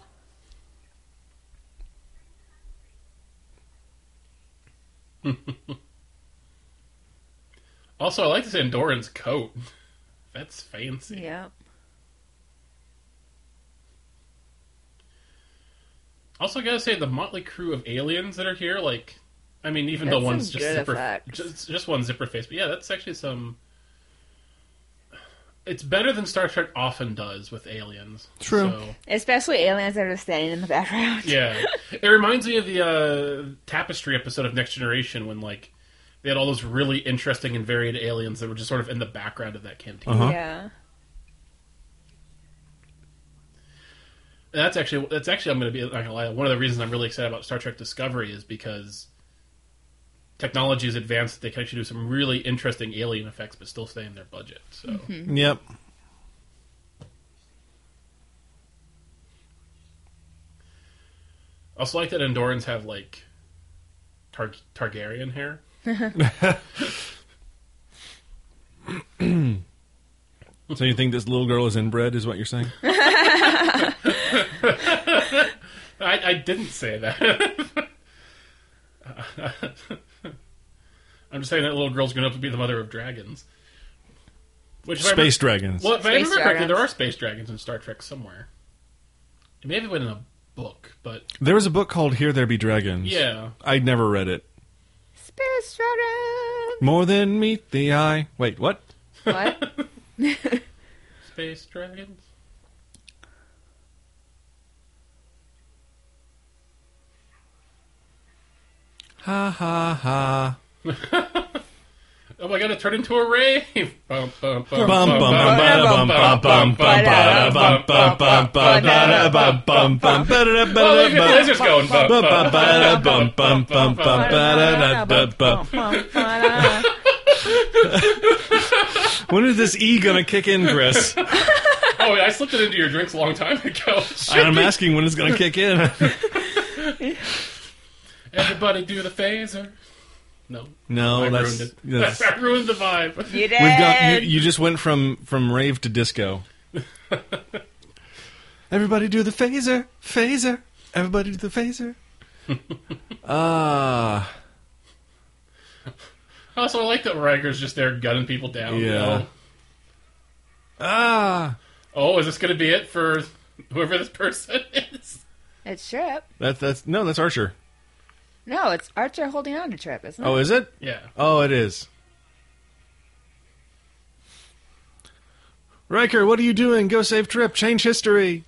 Speaker 6: also, I like this Andoran's coat. That's fancy.
Speaker 7: Yeah.
Speaker 6: Also, gotta say, the motley crew of aliens that are here, like, I mean, even
Speaker 7: That's
Speaker 6: though one's
Speaker 7: some
Speaker 6: just
Speaker 7: good
Speaker 6: zipper,
Speaker 7: effects.
Speaker 6: just, just one zipper face, but yeah, that's actually some. It's better than Star Trek often does with aliens.
Speaker 8: True.
Speaker 6: So,
Speaker 7: Especially aliens that are standing in the background.
Speaker 6: yeah, it reminds me of the uh, tapestry episode of Next Generation when like they had all those really interesting and varied aliens that were just sort of in the background of that canteen.
Speaker 8: Uh-huh.
Speaker 7: Yeah.
Speaker 6: And that's actually that's actually I'm gonna be not gonna lie. One of the reasons I'm really excited about Star Trek Discovery is because technology is advanced; that they can actually do some really interesting alien effects, but still stay in their budget. So
Speaker 8: Yep.
Speaker 6: I also like that Andorans have like Tar- Targaryen hair.
Speaker 8: So you think this little girl is inbred, is what you're saying?
Speaker 6: I, I didn't say that. I'm just saying that little girl's going to be the mother of dragons. Which if I
Speaker 8: Space dragons.
Speaker 6: Well, if I
Speaker 7: Space
Speaker 6: remember correctly,
Speaker 7: dragons.
Speaker 6: there are space dragons in Star Trek somewhere. It may have been in a book, but
Speaker 8: There was a book called Here There Be Dragons.
Speaker 6: yeah,
Speaker 8: I'd never read it.
Speaker 7: Space dragon.
Speaker 8: More than meet the eye. Wait, what?
Speaker 7: What?
Speaker 6: space dragons.
Speaker 8: Ha ha ha.
Speaker 6: Oh my god, it turned into a rave. Bum, bum, bum,
Speaker 8: Bum bum bum
Speaker 7: ba-da,
Speaker 8: bum bum bum bum ba-da, bum bum bum bum ba-da, bum bum bum ba-da, ba-da,
Speaker 6: Oh, look at the
Speaker 8: ba-da,
Speaker 6: lasers going. Bum,
Speaker 8: bum,
Speaker 6: bum,
Speaker 8: bum, ba-da, bum, bum, bum, bum, ba-da, da, da, bum. When is this E gonna kick in, Chris?
Speaker 6: Oh, I slipped it into your drinks a long time ago. Um,
Speaker 8: I'm asking when it's gonna kick in.
Speaker 6: Everybody do the phaser. No. I
Speaker 8: No, that's,
Speaker 6: ruined it.
Speaker 8: that's
Speaker 6: I ruined the vibe.
Speaker 7: You
Speaker 8: We've got
Speaker 7: did.
Speaker 8: you, you just went from from rave to disco. Everybody do the phaser, phaser. Everybody do the phaser. Ah,
Speaker 6: Also, I like that Riker's just there gunning people down. you
Speaker 8: Yeah.
Speaker 6: know?
Speaker 8: ah.
Speaker 6: Oh, is this going to be it for whoever this person is?
Speaker 7: It's Trip.
Speaker 8: That that's no, that's Archer.
Speaker 7: No, it's Archer holding on to Trip, isn't it?
Speaker 8: Oh, is it?
Speaker 6: Yeah.
Speaker 8: Oh, it is. Riker, what are you doing? Go save Trip. Change history.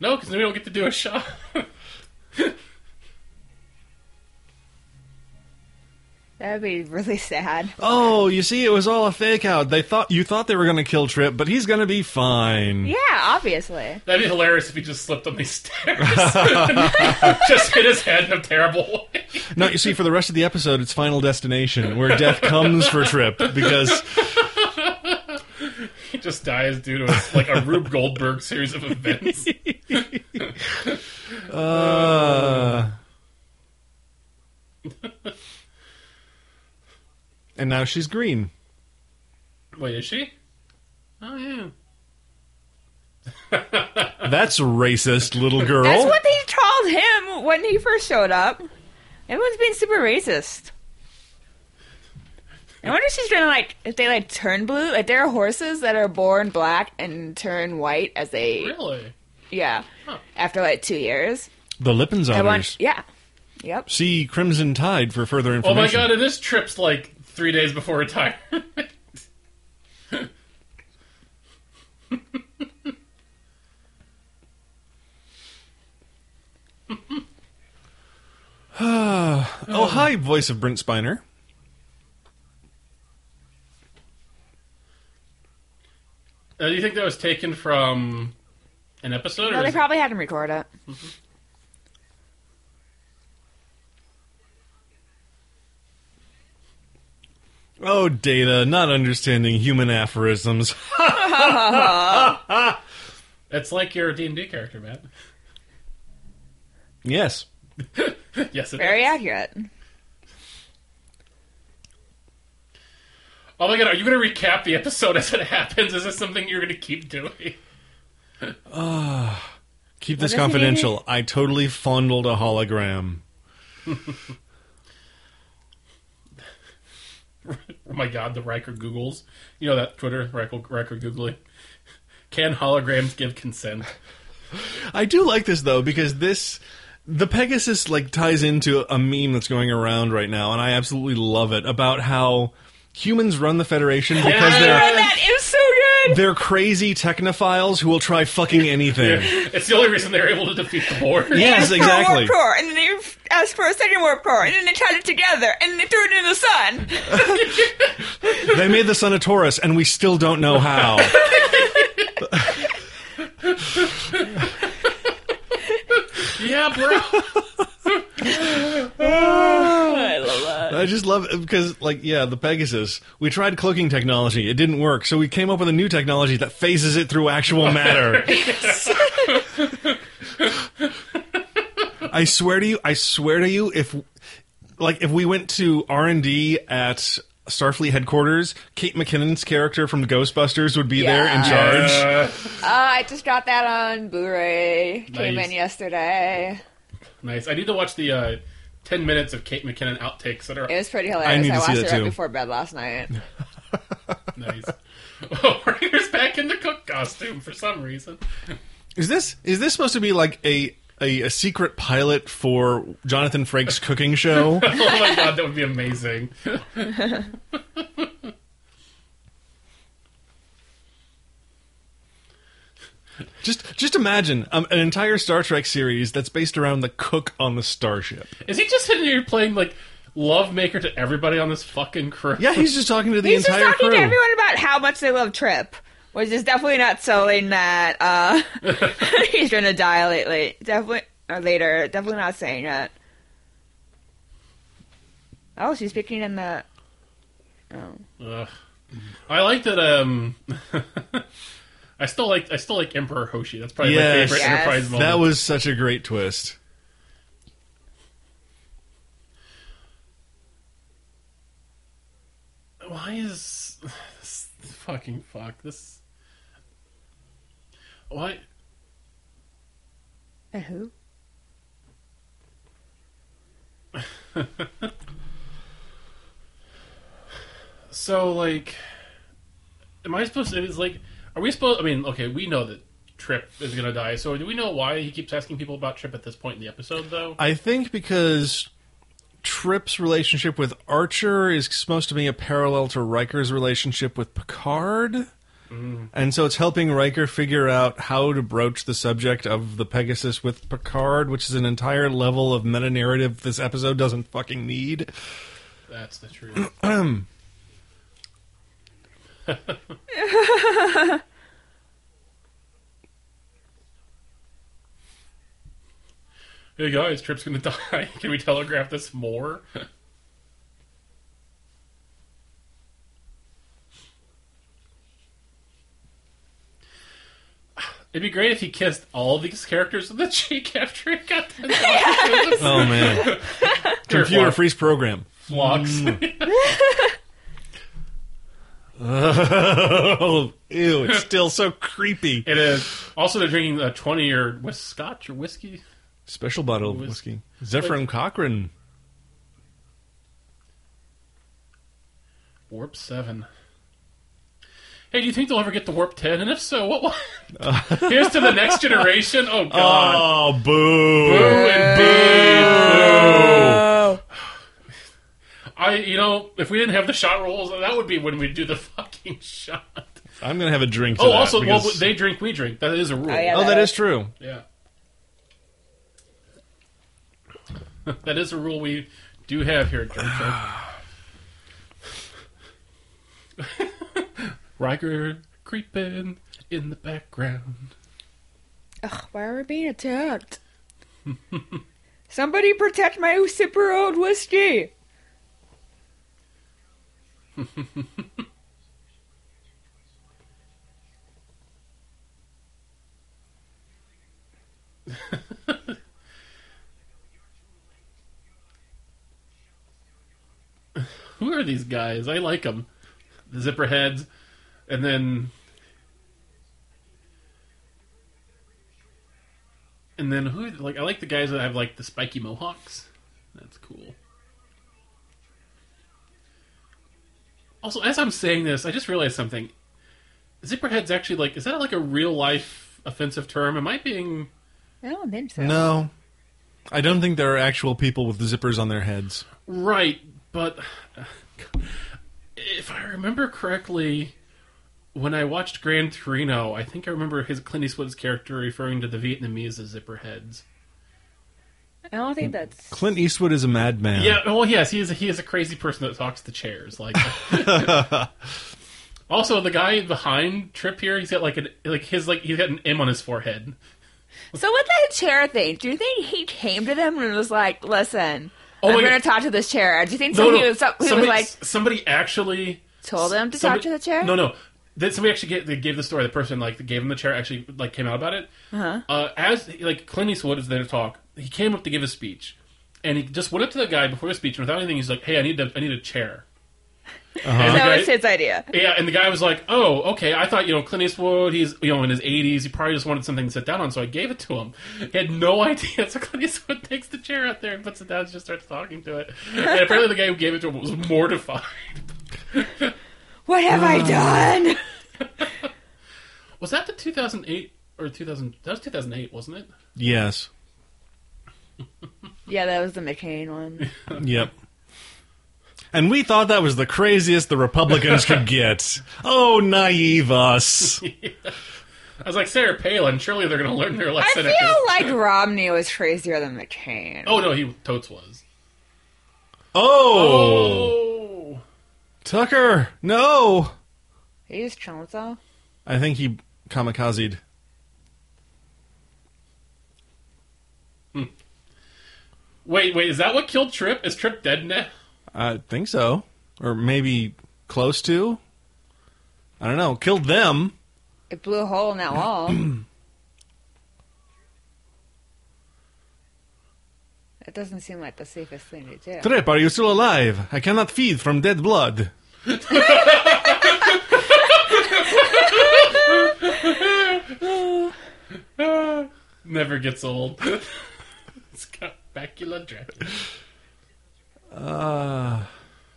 Speaker 6: No, because then we don't get to do a shot.
Speaker 7: That would be really sad.
Speaker 8: Oh, you see, it was all a fake out. They thought you thought they were going to kill Trip, but he's going to be fine.
Speaker 7: Yeah, obviously.
Speaker 6: That'd be hilarious if he just slipped on these stairs. just hit his head in a terrible way.
Speaker 8: No, you see, for the rest of the episode, it's Final Destination, where death comes for Trip because
Speaker 6: He just dies due to like a Rube Goldberg series of events.
Speaker 8: uh, and now she's green.
Speaker 6: Wait, is she? Oh, yeah.
Speaker 8: That's racist, little
Speaker 6: Oh.
Speaker 8: girl.
Speaker 7: That's what they called him when he first showed up. Everyone's being super racist. I wonder if she's gonna like if they like turn blue. Like there are horses that are born black and turn white as they
Speaker 6: Really?
Speaker 7: yeah
Speaker 6: Huh.
Speaker 7: after like two years.
Speaker 8: the Lippinsoners.
Speaker 7: I want yeah, yep.
Speaker 8: See Crimson Tide for further
Speaker 6: Oh
Speaker 8: information.
Speaker 6: my god, and this trip's like three days before retirement.
Speaker 8: Oh hi, voice of Brent Spiner.
Speaker 6: Uh, do you think that was taken from an episode?
Speaker 7: No,
Speaker 6: or
Speaker 7: they
Speaker 6: is it-
Speaker 7: probably had him record it.
Speaker 8: Oh, Data, not understanding human aphorisms.
Speaker 6: It's like your D and D character, Matt.
Speaker 8: yes.
Speaker 6: yes, it
Speaker 7: Very
Speaker 6: is.
Speaker 7: accurate.
Speaker 6: Oh my god, are you going to recap the episode as it happens? Is this something you're going to keep doing?
Speaker 8: Keep this
Speaker 7: does he need?
Speaker 8: confidential. I totally fondled a hologram.
Speaker 6: Oh my god, the Riker Googles. You know that Twitter Riker, Riker Googling. Can holograms give consent?
Speaker 8: I do like this though because this the Pegasus like ties into a meme that's going around right now, and I absolutely love it about how humans run the Federation because
Speaker 7: Read
Speaker 8: they're
Speaker 7: that. It was so good.
Speaker 8: they're crazy technophiles who will try fucking anything.
Speaker 6: It's the only reason they're able to defeat the Borg.
Speaker 7: Asked
Speaker 8: Yes,
Speaker 7: for a warp
Speaker 8: exactly.
Speaker 7: core, and then they asked for a second warp core, and then they tied it together, and they threw it in the sun.
Speaker 8: They made the Sun of Taurus, and we still don't know how.
Speaker 6: Yeah, bro.
Speaker 7: I love that.
Speaker 8: I just love it because, like, yeah, the Pegasus. We tried cloaking technology; it didn't work, so we came up with a new technology that phases it through actual matter. I swear to you, I swear to you, if like if we went to R and D at Starfleet headquarters, Kate McKinnon's character from Ghostbusters would be there in
Speaker 7: Yeah.
Speaker 8: charge.
Speaker 7: Uh, I just got that on Blu-ray. Came
Speaker 6: Nice.
Speaker 7: in yesterday.
Speaker 6: nice. I need to watch the uh, 10 minutes of Kate McKinnon outtakes that are
Speaker 7: It was pretty hilarious.
Speaker 8: I need to see
Speaker 7: watched
Speaker 8: that
Speaker 7: it
Speaker 8: too.
Speaker 7: right before bed last night.
Speaker 6: nice. Oh, Riker's back in the cook costume for some reason.
Speaker 8: Is this is this supposed to be like a a, a secret pilot for Jonathan Frakes' cooking show?
Speaker 6: Oh my god, that would be amazing.
Speaker 8: Just just imagine um, an entire Star Trek series that's based around the cook on the starship.
Speaker 6: Is he just sitting here playing like love maker to everybody on this fucking crew?
Speaker 8: Yeah, he's just talking to the
Speaker 7: He's just
Speaker 8: entire
Speaker 7: talking
Speaker 8: crew.
Speaker 7: to everyone about how much they love Trip, which is definitely not selling that uh, he's going to die lately. Definitely, or later. Definitely not saying that. Oh, she's speaking in the.
Speaker 6: Ugh. I like that. Um, I still like I still like Emperor Hoshi. That's probably
Speaker 8: Yes.
Speaker 6: my favorite
Speaker 7: Yes.
Speaker 6: Enterprise moment.
Speaker 8: That was such a great twist.
Speaker 6: Why is this fucking fuck this? Why?
Speaker 7: Uh, who?
Speaker 6: So like, am I supposed to? It's like, are we supposed? I mean, okay, we know that Trip is gonna die. So do we know why he keeps asking people about Trip at this point in the episode, though?
Speaker 8: I think because Trip's relationship with Archer is supposed to be a parallel to Riker's relationship with Picard. And so it's helping Riker figure out how to broach the subject of the Pegasus with Picard, which is an entire level of meta narrative this episode doesn't fucking need.
Speaker 6: That's the truth. hey guys, Trip's gonna die. Can we telegraph this more? It'd be great if he kissed all these characters in the cheek after he got them.
Speaker 8: Oh, man. Computer freeze program.
Speaker 6: Walks.
Speaker 8: Oh, ew, it's still so creepy.
Speaker 6: It is. Also, they're drinking a 20 or was scotch or whiskey.
Speaker 8: Special bottle of
Speaker 6: Whis-
Speaker 8: whiskey. Zephyrin Cochrane.
Speaker 6: Warp 7. Hey, do you think they'll ever get to Warp 10? And if so, what? what? Here's to the next generation. Oh, God.
Speaker 8: Oh, boo.
Speaker 6: Boo
Speaker 8: Oh.
Speaker 7: Oh.
Speaker 6: and boo. I, you know, if we didn't have the shot rolls, that would be when we do the fucking shot.
Speaker 8: I'm gonna have a drink. To
Speaker 6: Oh,
Speaker 8: that
Speaker 6: also, well,
Speaker 8: because-
Speaker 6: they drink, we drink. That is a rule.
Speaker 7: Oh, yeah.
Speaker 8: oh, that is true.
Speaker 6: Yeah. that is a rule we do have here at Drunk Show. Riker creeping in the background.
Speaker 7: Ugh, why are we being attacked? Somebody protect my super old whiskey!
Speaker 6: Who are these guys? I like them. The zipper heads, and then. And then who like I like the guys that have like the spiky mohawks. That's cool. Also, as I'm saying this, I just realized something. Zipperhead's actually like is that like a real life offensive term? Am I being
Speaker 7: I don't think so.
Speaker 8: No, I don't think there are actual people with zippers on their heads.
Speaker 6: Right, but if I remember correctly, when I watched Gran Torino, I think I remember his Clint Eastwood's character referring to the Vietnamese as zipperheads.
Speaker 7: I don't
Speaker 6: Hmm.
Speaker 7: think that's.
Speaker 8: Clint Eastwood is a madman.
Speaker 6: Yeah, well, yes, he is. He is a crazy person that talks to chairs. Like, also the guy behind Trip here, he's got like an like his like he's got an M on his forehead.
Speaker 7: So, with that chair thing, do you think he came to them and was like, listen,
Speaker 6: Oh
Speaker 7: I'm
Speaker 6: my
Speaker 7: going to
Speaker 6: God.
Speaker 7: talk to this chair? Do you think
Speaker 6: No,
Speaker 7: somebody,
Speaker 6: no,
Speaker 7: was, some- he
Speaker 6: somebody,
Speaker 7: was
Speaker 6: somebody actually
Speaker 7: like, told him to
Speaker 6: Somebody-
Speaker 7: talk to the chair?
Speaker 6: No, no. Then somebody actually gave, they gave the story. The person like that gave him the chair actually like came out about it. Uh-huh. as like Clint Eastwood is there to talk, he came up to give a speech, and he just went up to the guy before the speech and without anything. He's like, "Hey, I need a, I need a chair." And the
Speaker 7: That
Speaker 6: guy-
Speaker 7: was his idea.
Speaker 6: yeah, and the guy was like, "Oh, okay. I thought you know Clint Eastwood. He's you know in his 80s. He probably just wanted something to sit down on, so I gave it to him. He had no idea. So Clint Eastwood takes the chair out there and puts it down and just starts talking to it. And apparently, the guy who gave it to him was mortified.
Speaker 7: What have I done?
Speaker 6: Was that the 2008 or 2000? That was 2008, wasn't it?
Speaker 8: Yes.
Speaker 7: Yeah, that was the McCain one.
Speaker 8: Yep. And we thought that was the craziest the Republicans could get. Oh, naive us.
Speaker 6: I was like, Sarah Palin, surely they're going to learn their
Speaker 7: I
Speaker 6: lesson. after
Speaker 7: feel
Speaker 6: this.
Speaker 7: like Romney was crazier than McCain.
Speaker 6: Oh, no, he totes was.
Speaker 8: Oh,
Speaker 6: Oh.
Speaker 8: Tucker, no!
Speaker 7: He used chilling though.
Speaker 8: I think he kamikazed.
Speaker 6: Wait, wait, is that what killed Trip? Is Trip dead now?
Speaker 8: I think so, or maybe close to. I don't know. Killed them.
Speaker 7: It blew a hole in that wall. that doesn't seem like the safest thing to do.
Speaker 8: Trip, are you still alive? I cannot feed from dead blood.
Speaker 6: Never gets old. it's got Bacula Dracula.
Speaker 7: Ah.
Speaker 8: Uh,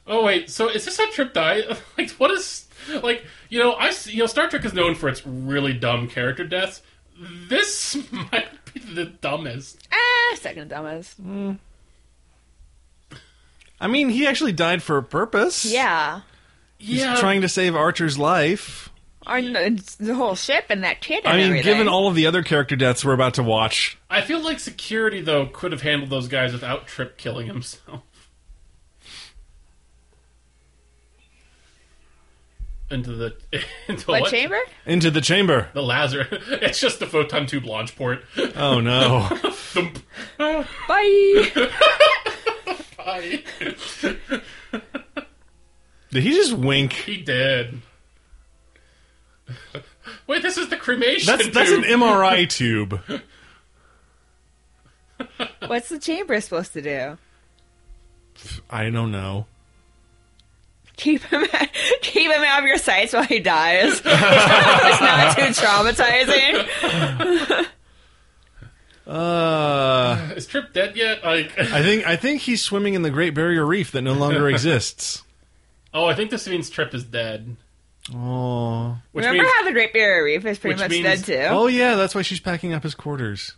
Speaker 6: Oh wait, so is this how Trip died? like, what is like? You know, I s- you know Star Trek is known for its really dumb character deaths. This might be the dumbest.
Speaker 7: Ah, second dumbest.
Speaker 8: I mean, he actually died for a purpose.
Speaker 7: Yeah.
Speaker 8: He's trying to save Archer's life.
Speaker 7: Or n- the whole ship and that kid. And
Speaker 8: I mean,
Speaker 7: everything.
Speaker 8: given all of the other character deaths we're about to watch,
Speaker 6: I feel like security though could have handled those guys without Trip killing himself. Into the into
Speaker 7: what,
Speaker 6: what?
Speaker 7: chamber?
Speaker 8: into the chamber.
Speaker 6: The Lazarus. It's just the photon tube launch port.
Speaker 8: Oh no.
Speaker 6: Thump.
Speaker 7: Bye.
Speaker 6: Bye.
Speaker 8: Did he just wink?
Speaker 6: He did. Wait, this is the cremation.
Speaker 8: That's that's an
Speaker 6: tube.
Speaker 8: MRI tube.
Speaker 7: What's the chamber supposed to do?
Speaker 8: I don't know.
Speaker 7: Keep him, keep him out of your sights while he dies. it's not too traumatizing.
Speaker 8: Uh,
Speaker 6: Is Trip dead yet? Like,
Speaker 8: I think I think he's swimming in the Great Barrier Reef that no longer exists.
Speaker 6: oh, I think this means Trip is dead.
Speaker 8: Oh.
Speaker 6: Which
Speaker 7: Remember
Speaker 6: means,
Speaker 7: how the Great Barrier Reef is pretty
Speaker 6: which
Speaker 7: much
Speaker 6: means-
Speaker 7: dead too?
Speaker 8: Oh yeah, that's why she's packing up his quarters.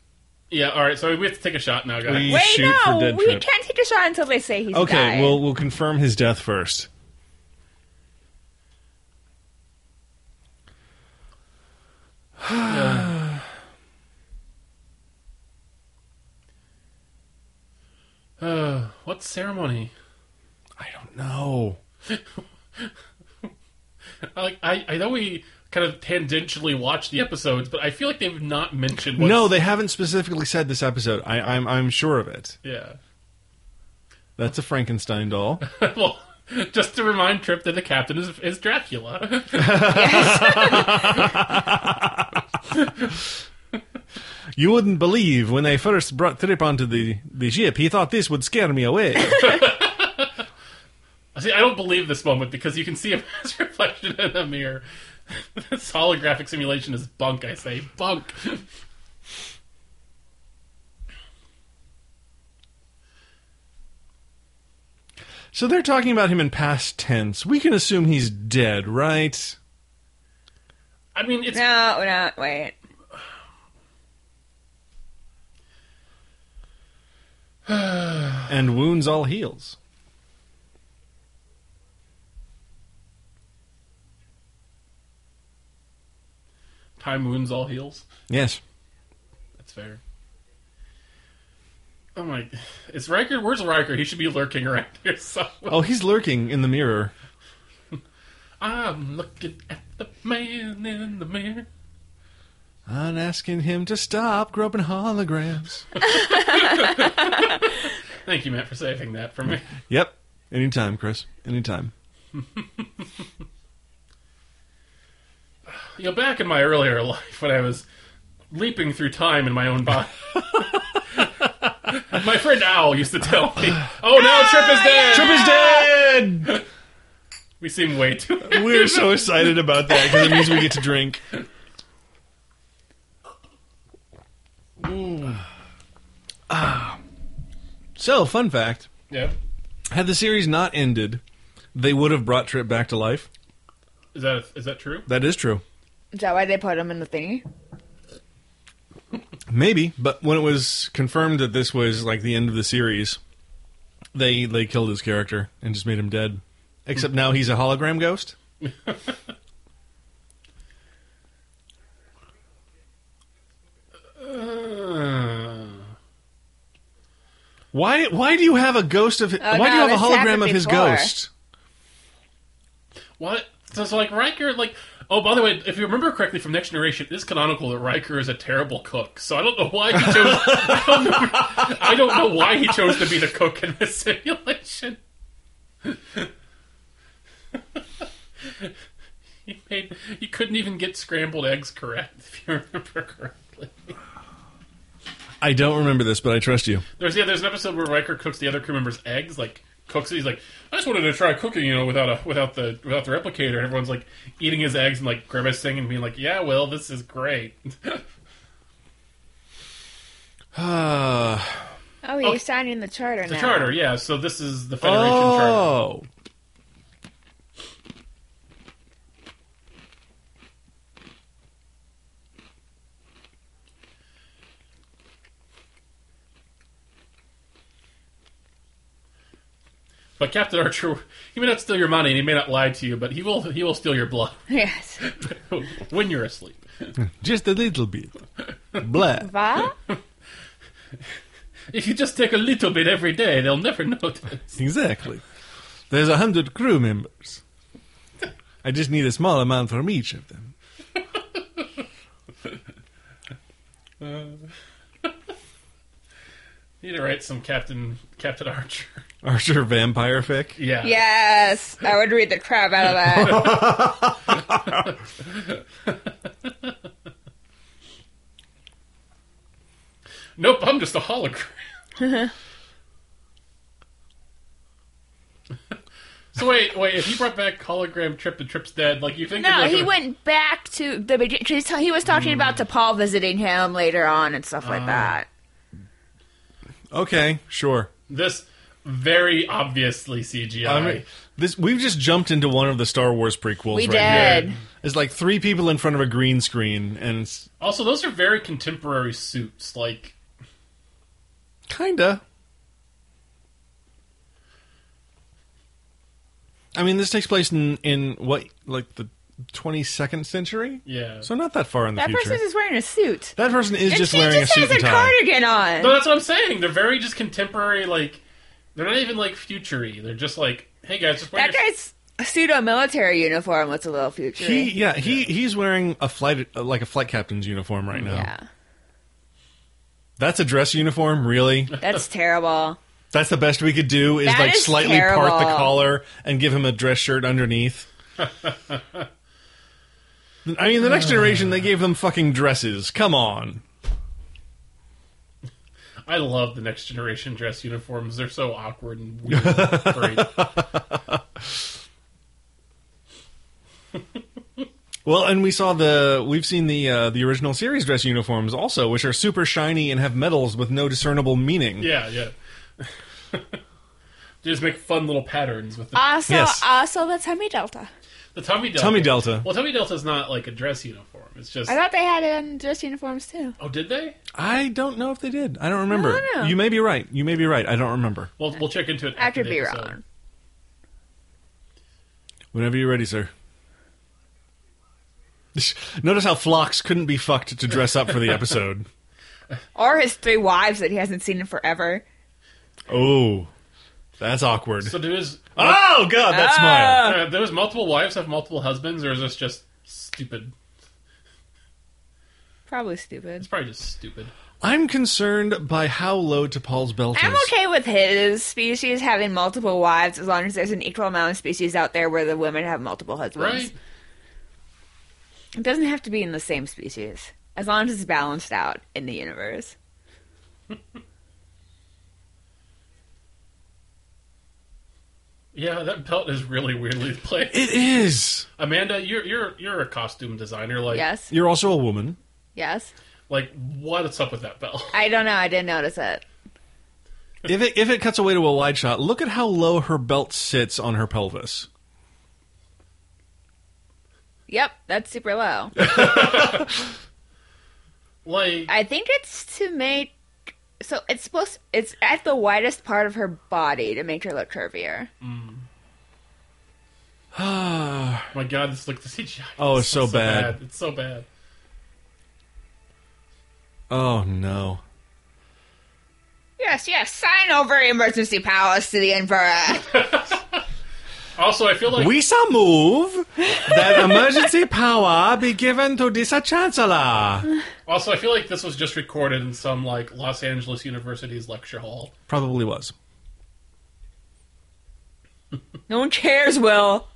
Speaker 6: yeah. All right, so we have to take a shot now, guys.
Speaker 8: We
Speaker 7: Wait,
Speaker 8: shoot
Speaker 7: no,
Speaker 8: for dead
Speaker 7: we
Speaker 8: trip.
Speaker 7: can't take a shot until they say he's
Speaker 8: Okay,
Speaker 7: died.
Speaker 8: we'll we'll confirm his death first.
Speaker 6: Uh, what ceremony?
Speaker 8: I don't know.
Speaker 6: Like, I I know we kind of tangentially watch the episodes, but I feel like they've not mentioned. What
Speaker 8: No, they haven't specifically said this episode. I, I'm I'm sure of it.
Speaker 6: Yeah.
Speaker 8: That's a Frankenstein doll.
Speaker 6: well, just to remind Trip that the captain is is Dracula.
Speaker 8: You wouldn't believe when they first brought Trip onto the, the ship, he thought this would scare me away.
Speaker 6: See, I don't believe this moment because you can see him as reflection in a mirror. this holographic simulation is bunk, I say. Bunk.
Speaker 8: so they're talking about him in past tense. We can assume he's dead, right?
Speaker 6: I mean, it's
Speaker 7: No, no, wait.
Speaker 8: And wounds all heals.
Speaker 6: time wounds all heals.
Speaker 8: Yes.
Speaker 6: That's fair. Oh my! It's Riker. Where's Riker? He should be lurking around here somewhere.
Speaker 8: Oh, he's lurking in the mirror.
Speaker 6: I'm looking at the man in the mirror.
Speaker 8: I'm asking him to stop groping holograms.
Speaker 6: Thank you, Matt, for saving that for me.
Speaker 8: yep. Anytime, Chris. Anytime.
Speaker 6: You know, back in my earlier life when I was leaping through time in my own body. my friend Owl used to tell me, "Oh no, Trip is dead."
Speaker 8: Trip is dead!
Speaker 6: We seem way too.
Speaker 8: We're so excited about that because it means we get to drink. Mm. Ah. So, fun fact.
Speaker 6: yeah.
Speaker 8: Had the series not ended, they would have brought Trip back to life.
Speaker 6: Is that is that true?
Speaker 8: That is true.
Speaker 7: Is that why they put him in the thingy?
Speaker 8: Maybe, but when it was confirmed that this was like the end of the series, they they killed his character and just made him dead. Except now he's a hologram ghost. Why? Why do you have a ghost of?
Speaker 7: Oh,
Speaker 8: why do
Speaker 7: no,
Speaker 8: you have a
Speaker 7: this
Speaker 8: hologram of
Speaker 7: happened
Speaker 8: his
Speaker 7: before.
Speaker 8: ghost?
Speaker 6: What? So it's like Riker, like. Oh, by the way, if you remember correctly from Next Generation, it's canonical that Riker is a terrible cook. So I don't know why he chose. I, don't know, I don't know why he chose to be the cook in this simulation. he made. He couldn't even get scrambled eggs correct, if you remember correctly.
Speaker 8: I don't remember this, but I trust you.
Speaker 6: There's yeah, there's an episode where Riker cooks the other crew members' eggs, like cooks. it. He's like, I just wanted to try cooking, you know, without a without the without the replicator. And everyone's like eating his eggs and like grimacing and being like, Yeah, well, this is great.
Speaker 8: Uh,
Speaker 7: Oh, he's signing the charter
Speaker 6: the
Speaker 7: now.
Speaker 6: charter, yeah. So this is the Federation charter.
Speaker 8: oh,
Speaker 6: But Captain Archer, he may not steal your money and he may not lie to you, but he will he will steal your blood
Speaker 7: Yes.
Speaker 6: when you're asleep.
Speaker 8: just a little bit. Blah.
Speaker 7: Va?
Speaker 6: If you just take a little bit every day, they'll never notice.
Speaker 8: Exactly. There's a hundred crew members. I just need a small amount from each of them.
Speaker 6: You need to write some Captain Captain Archer.
Speaker 8: Archer vampire fic.
Speaker 6: Yeah.
Speaker 7: Yes. I would read the crap out of that.
Speaker 6: Nope, I'm just a hologram. so wait, wait. If he brought back hologram trip, the trip's dead. Like you think? they'd be
Speaker 7: No,
Speaker 6: like,
Speaker 7: he
Speaker 6: a-
Speaker 7: went back to the beginning. He was talking
Speaker 8: Hmm.
Speaker 7: about DePaul visiting him later on and stuff
Speaker 8: Oh.
Speaker 7: like that.
Speaker 8: Okay, sure.
Speaker 6: This very obviously CGI.
Speaker 8: I mean, this we've just jumped into one of the Star Wars prequels.
Speaker 7: We
Speaker 8: right
Speaker 7: did.
Speaker 8: Here. It's like three people in front of a green screen, and it's
Speaker 6: also, those are very contemporary suits. Like
Speaker 8: kinda. I mean, this takes place in in what like the 22nd century,
Speaker 6: yeah.
Speaker 8: so not that far in the
Speaker 7: That
Speaker 8: future.
Speaker 7: person is wearing a suit.
Speaker 8: that person is
Speaker 7: And
Speaker 8: just
Speaker 7: she
Speaker 8: wearing
Speaker 7: just
Speaker 8: a suit
Speaker 7: has
Speaker 8: and
Speaker 7: a
Speaker 8: tie.
Speaker 7: cardigan on.
Speaker 6: no, that's what I'm saying. They're very just contemporary. Like they're not even like futury. They're just like, hey guys, just wear
Speaker 7: That
Speaker 6: your-
Speaker 7: guy's pseudo military uniform looks a little future.
Speaker 8: He yeah he he's wearing a flight uh, like a flight captain's uniform right now.
Speaker 7: yeah.
Speaker 8: That's a dress uniform, really.
Speaker 7: That's terrible.
Speaker 8: That's the best we could do is
Speaker 7: That
Speaker 8: like
Speaker 7: is
Speaker 8: slightly part the
Speaker 7: terrible.
Speaker 8: collar and give him a dress shirt underneath. I mean, the next generation they gave them fucking dresses. Come on.
Speaker 6: I love the next generation dress uniforms. They're so awkward and weird. and great.
Speaker 8: Well, and we saw the we've seen the uh, the original series dress uniforms also, which are super shiny and have medals with no discernible meaning.
Speaker 6: Yeah, yeah. They just make fun little patterns with the,
Speaker 7: Also,
Speaker 8: Yes.
Speaker 7: also the tummy delta.
Speaker 6: the tummy delta.
Speaker 8: Tummy delta.
Speaker 6: Well, tummy delta is not like a dress uniform. It's just.
Speaker 7: I thought they had it in dress uniforms too.
Speaker 6: oh, did they?
Speaker 8: I don't know if they did. I don't remember.
Speaker 7: I don't know.
Speaker 8: You may be right. You may be right. I don't remember.
Speaker 6: Well, we'll check into it.
Speaker 7: I could
Speaker 6: the
Speaker 7: be
Speaker 6: episode.
Speaker 7: wrong.
Speaker 8: Whenever you're ready, sir. Notice how Phlox couldn't be fucked to dress up for the episode.
Speaker 7: Or his three wives that he hasn't seen in forever.
Speaker 8: Oh, that's awkward.
Speaker 6: So do his
Speaker 8: oh God, that smile.
Speaker 6: uh, do his multiple wives have multiple husbands, or is this just stupid?
Speaker 7: Probably stupid.
Speaker 6: It's probably just stupid.
Speaker 8: I'm concerned by how low to Paul's belt
Speaker 7: I'm
Speaker 8: is.
Speaker 7: okay with his species having multiple wives as long as there's an equal amount of species out there where the women have multiple husbands.
Speaker 6: Right?
Speaker 7: It doesn't have to be in the same species. As long as it's balanced out in the universe.
Speaker 6: Yeah, that belt is really weirdly placed.
Speaker 8: It is.
Speaker 6: Amanda, you're you're you're a costume designer. Like,
Speaker 7: Yes.
Speaker 8: You're also a woman.
Speaker 7: Yes.
Speaker 6: like what's up with that belt?
Speaker 7: I don't know. I didn't notice it.
Speaker 8: If it if it cuts away to a wide shot, look at how low her belt sits on her pelvis.
Speaker 7: Yep, that's super low.
Speaker 6: Like,
Speaker 7: I think it's to make so it's supposed it's at the widest part of her body to make her look curvier.
Speaker 6: Mm. my God, this like the CGI.
Speaker 8: Oh,
Speaker 6: is
Speaker 8: it's so bad.
Speaker 6: It's so bad.
Speaker 8: Oh no.
Speaker 7: Yes, yes. Sign over emergency powers to the Emperor.
Speaker 6: Also, I feel like
Speaker 8: We shall move that emergency power be given to this chancellor.
Speaker 6: also I feel like this was just recorded in some like Los Angeles University's lecture hall.
Speaker 8: Probably was.
Speaker 7: no one cares, Will.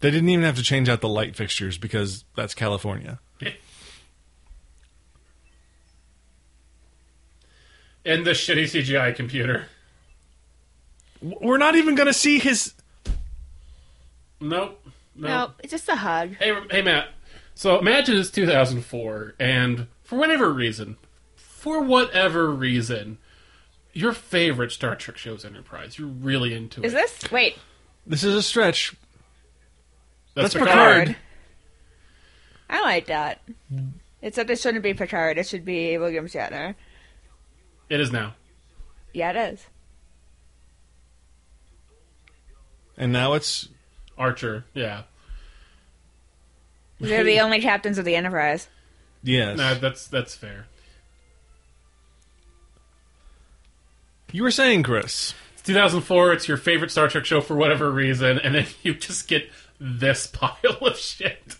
Speaker 8: They didn't even have to change out the light fixtures because that's California.
Speaker 6: And the shitty CGI computer.
Speaker 8: W- We're not even going to see his.
Speaker 6: Nope. Nope.
Speaker 7: No, it's just a hug.
Speaker 6: Hey, hey, Matt. So imagine it's 2004, and for whatever reason, for whatever reason, your favorite Star Trek show's Enterprise. You're really into
Speaker 7: Is
Speaker 6: it.
Speaker 7: this? Wait,
Speaker 8: This is a stretch.
Speaker 6: That's,
Speaker 8: Picard.
Speaker 7: I like that. Except it shouldn't be Picard. It should be William Shatner.
Speaker 6: It is now.
Speaker 7: Yeah, it is.
Speaker 8: And now it's.
Speaker 6: Archer. Yeah.
Speaker 7: They're the only captains of the Enterprise.
Speaker 8: Yes.
Speaker 6: Nah, that's that's fair.
Speaker 8: you were saying, Chris.
Speaker 6: It's 2004. It's your favorite Star Trek show for whatever reason, and then you just get this pile of shit.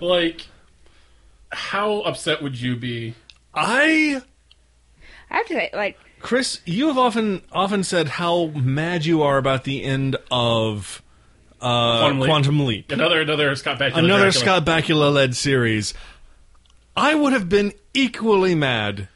Speaker 6: like, how upset would you be?
Speaker 8: I
Speaker 7: I have to say, like,
Speaker 8: Chris, you have often often said how mad you are about the end of uh,
Speaker 6: Quantum
Speaker 8: Quantum,
Speaker 6: Leap.
Speaker 8: Leap.
Speaker 6: Another another Scott Bakula.
Speaker 8: another
Speaker 6: Dracula.
Speaker 8: Scott Bakula led series. I would have been equally mad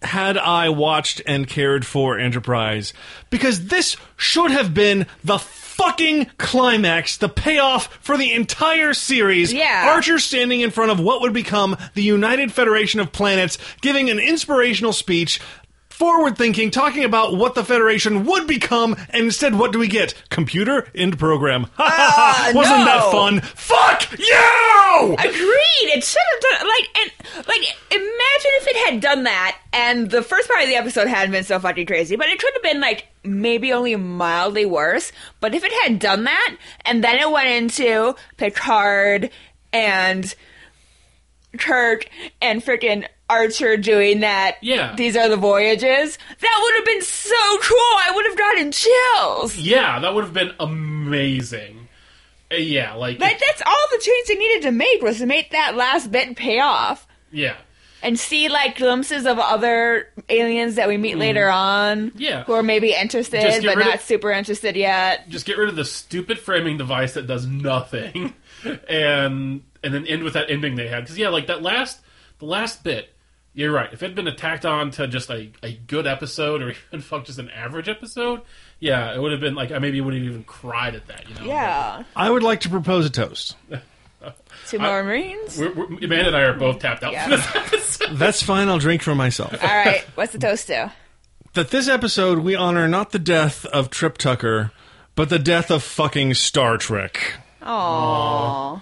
Speaker 8: had I watched and cared for Enterprise because this should have been the fucking climax, the payoff for the entire series.
Speaker 7: Yeah.
Speaker 8: Archer standing in front of what would become the United Federation of Planets, giving an inspirational speech. Forward thinking, talking about what the Federation would become, and instead, what do we get? Computer end program. Ha ha ha!
Speaker 7: Ah,
Speaker 8: Wasn't that
Speaker 7: no.
Speaker 8: fun? Fuck you!
Speaker 7: agreed. It should have done like and like. Imagine if it had done that, and the first part of the episode hadn't been so fucking crazy. But it could have been like maybe only mildly worse. But if it had done that, and then it went into Picard and Kirk and freaking Archer doing that.
Speaker 6: Yeah.
Speaker 7: these are the voyages. That would have been so cool. I would have gotten chills.
Speaker 6: Yeah, that would have been amazing. Uh, yeah, like
Speaker 7: Like that's all the change they needed to make was to make that last bit pay off.
Speaker 6: yeah,
Speaker 7: and see like glimpses of other aliens that we meet later on.
Speaker 6: Mm-hmm. Yeah.
Speaker 7: who are maybe interested
Speaker 6: Just get
Speaker 7: but
Speaker 6: rid
Speaker 7: not
Speaker 6: of-
Speaker 7: super interested yet.
Speaker 6: just get rid of the stupid framing device that does nothing, and and then end with that ending they had because yeah, like that last the last bit. You're right. If it had been attacked on to just a, a good episode or even fuck just an average episode, yeah, it would have been like I maybe would have even cried at that. You know?
Speaker 7: Yeah,
Speaker 8: I would like to propose a toast.
Speaker 7: two more Marines.
Speaker 6: We're, we're, Amanda and I are both tapped out
Speaker 7: Yeah.
Speaker 6: for this episode.
Speaker 8: That's fine, I'll drink for myself.
Speaker 7: All right, what's the toast to?
Speaker 8: that this episode we honor not the death of Trip Tucker, but the death of fucking Star Trek.
Speaker 7: Oh,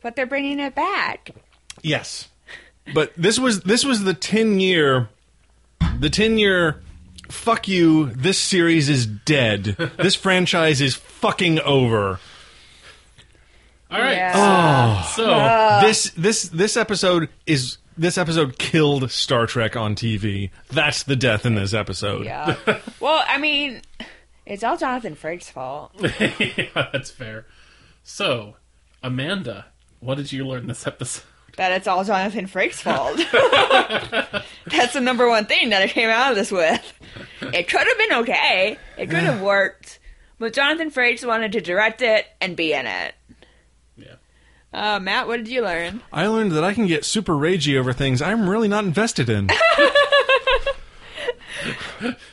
Speaker 7: but they're bringing it back.
Speaker 8: Yes. But this was this was the 10 year the 10 year fuck you this series is dead. this franchise is fucking over.
Speaker 6: All right. Oh.
Speaker 7: Yeah.
Speaker 6: So
Speaker 8: this this this episode is this episode killed Star Trek on TV. That's the death in this episode.
Speaker 7: Yeah. well, I mean, it's all Jonathan Frakes' fault.
Speaker 6: yeah, that's fair. So, Amanda, what did you learn this episode?
Speaker 7: That it's all Jonathan Frakes' fault. That's the number one thing that I came out of this with. It could have been okay. It could have worked, but Jonathan Frakes wanted to direct it and be in it.
Speaker 6: Yeah.
Speaker 7: Uh, Matt, what did you learn?
Speaker 8: I learned that I can get super ragey over things I'm really not invested in.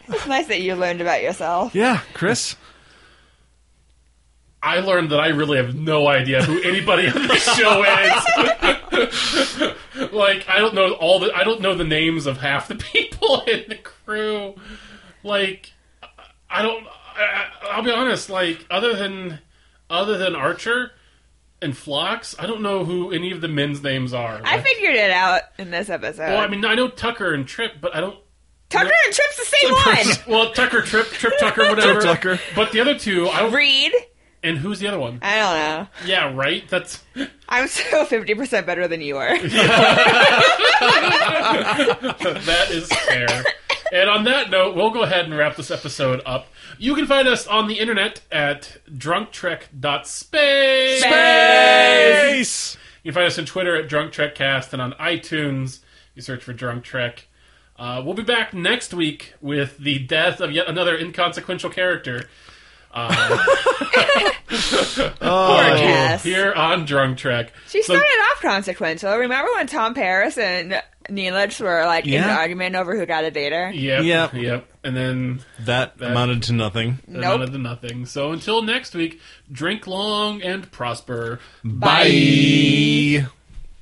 Speaker 7: It's nice that you learned about yourself.
Speaker 8: yeah, Chris.
Speaker 6: I learned that I really have no idea who anybody on this show is. like, I don't know all the I don't know the names of half the people in the crew. Like, I don't. I, I'll be honest. Like, other than other than Archer and Phlox, I don't know who any of the men's names are.
Speaker 7: I figured it out in this episode.
Speaker 6: well, I mean, I know Tucker and Trip, but I don't.
Speaker 7: Tucker and Trip's the same one.
Speaker 6: Well, Tucker, Trip, Trip Tucker, whatever.
Speaker 8: Trip Tucker.
Speaker 6: But the other two, I don't.
Speaker 7: Reed?
Speaker 6: And who's the other one?
Speaker 7: I don't know.
Speaker 6: Yeah, right. That's
Speaker 7: I'm still 50% better than you are.
Speaker 6: that is fair. And on that note, we'll go ahead and wrap this episode up. You can find us on the internet at drunktrek.space.
Speaker 8: Ace!
Speaker 6: You can find us on Twitter at Drunk Trek Cast and on iTunes. You search for Drunk Trek. Uh, we'll be back next week with the death of yet another inconsequential character
Speaker 8: Uh,
Speaker 7: Poor Cass.
Speaker 6: here on Drunk Trek.
Speaker 7: She
Speaker 6: So-
Speaker 7: started off consequential. Remember when Tom Paris and Neelix were like in an
Speaker 8: Yeah.
Speaker 7: argument over who got a dater?
Speaker 6: Yep,
Speaker 8: Yep.
Speaker 6: yep. And then
Speaker 8: That amounted to nothing.
Speaker 6: that
Speaker 7: Nope.
Speaker 6: amounted to nothing. So until next week, drink long and prosper.
Speaker 8: Bye.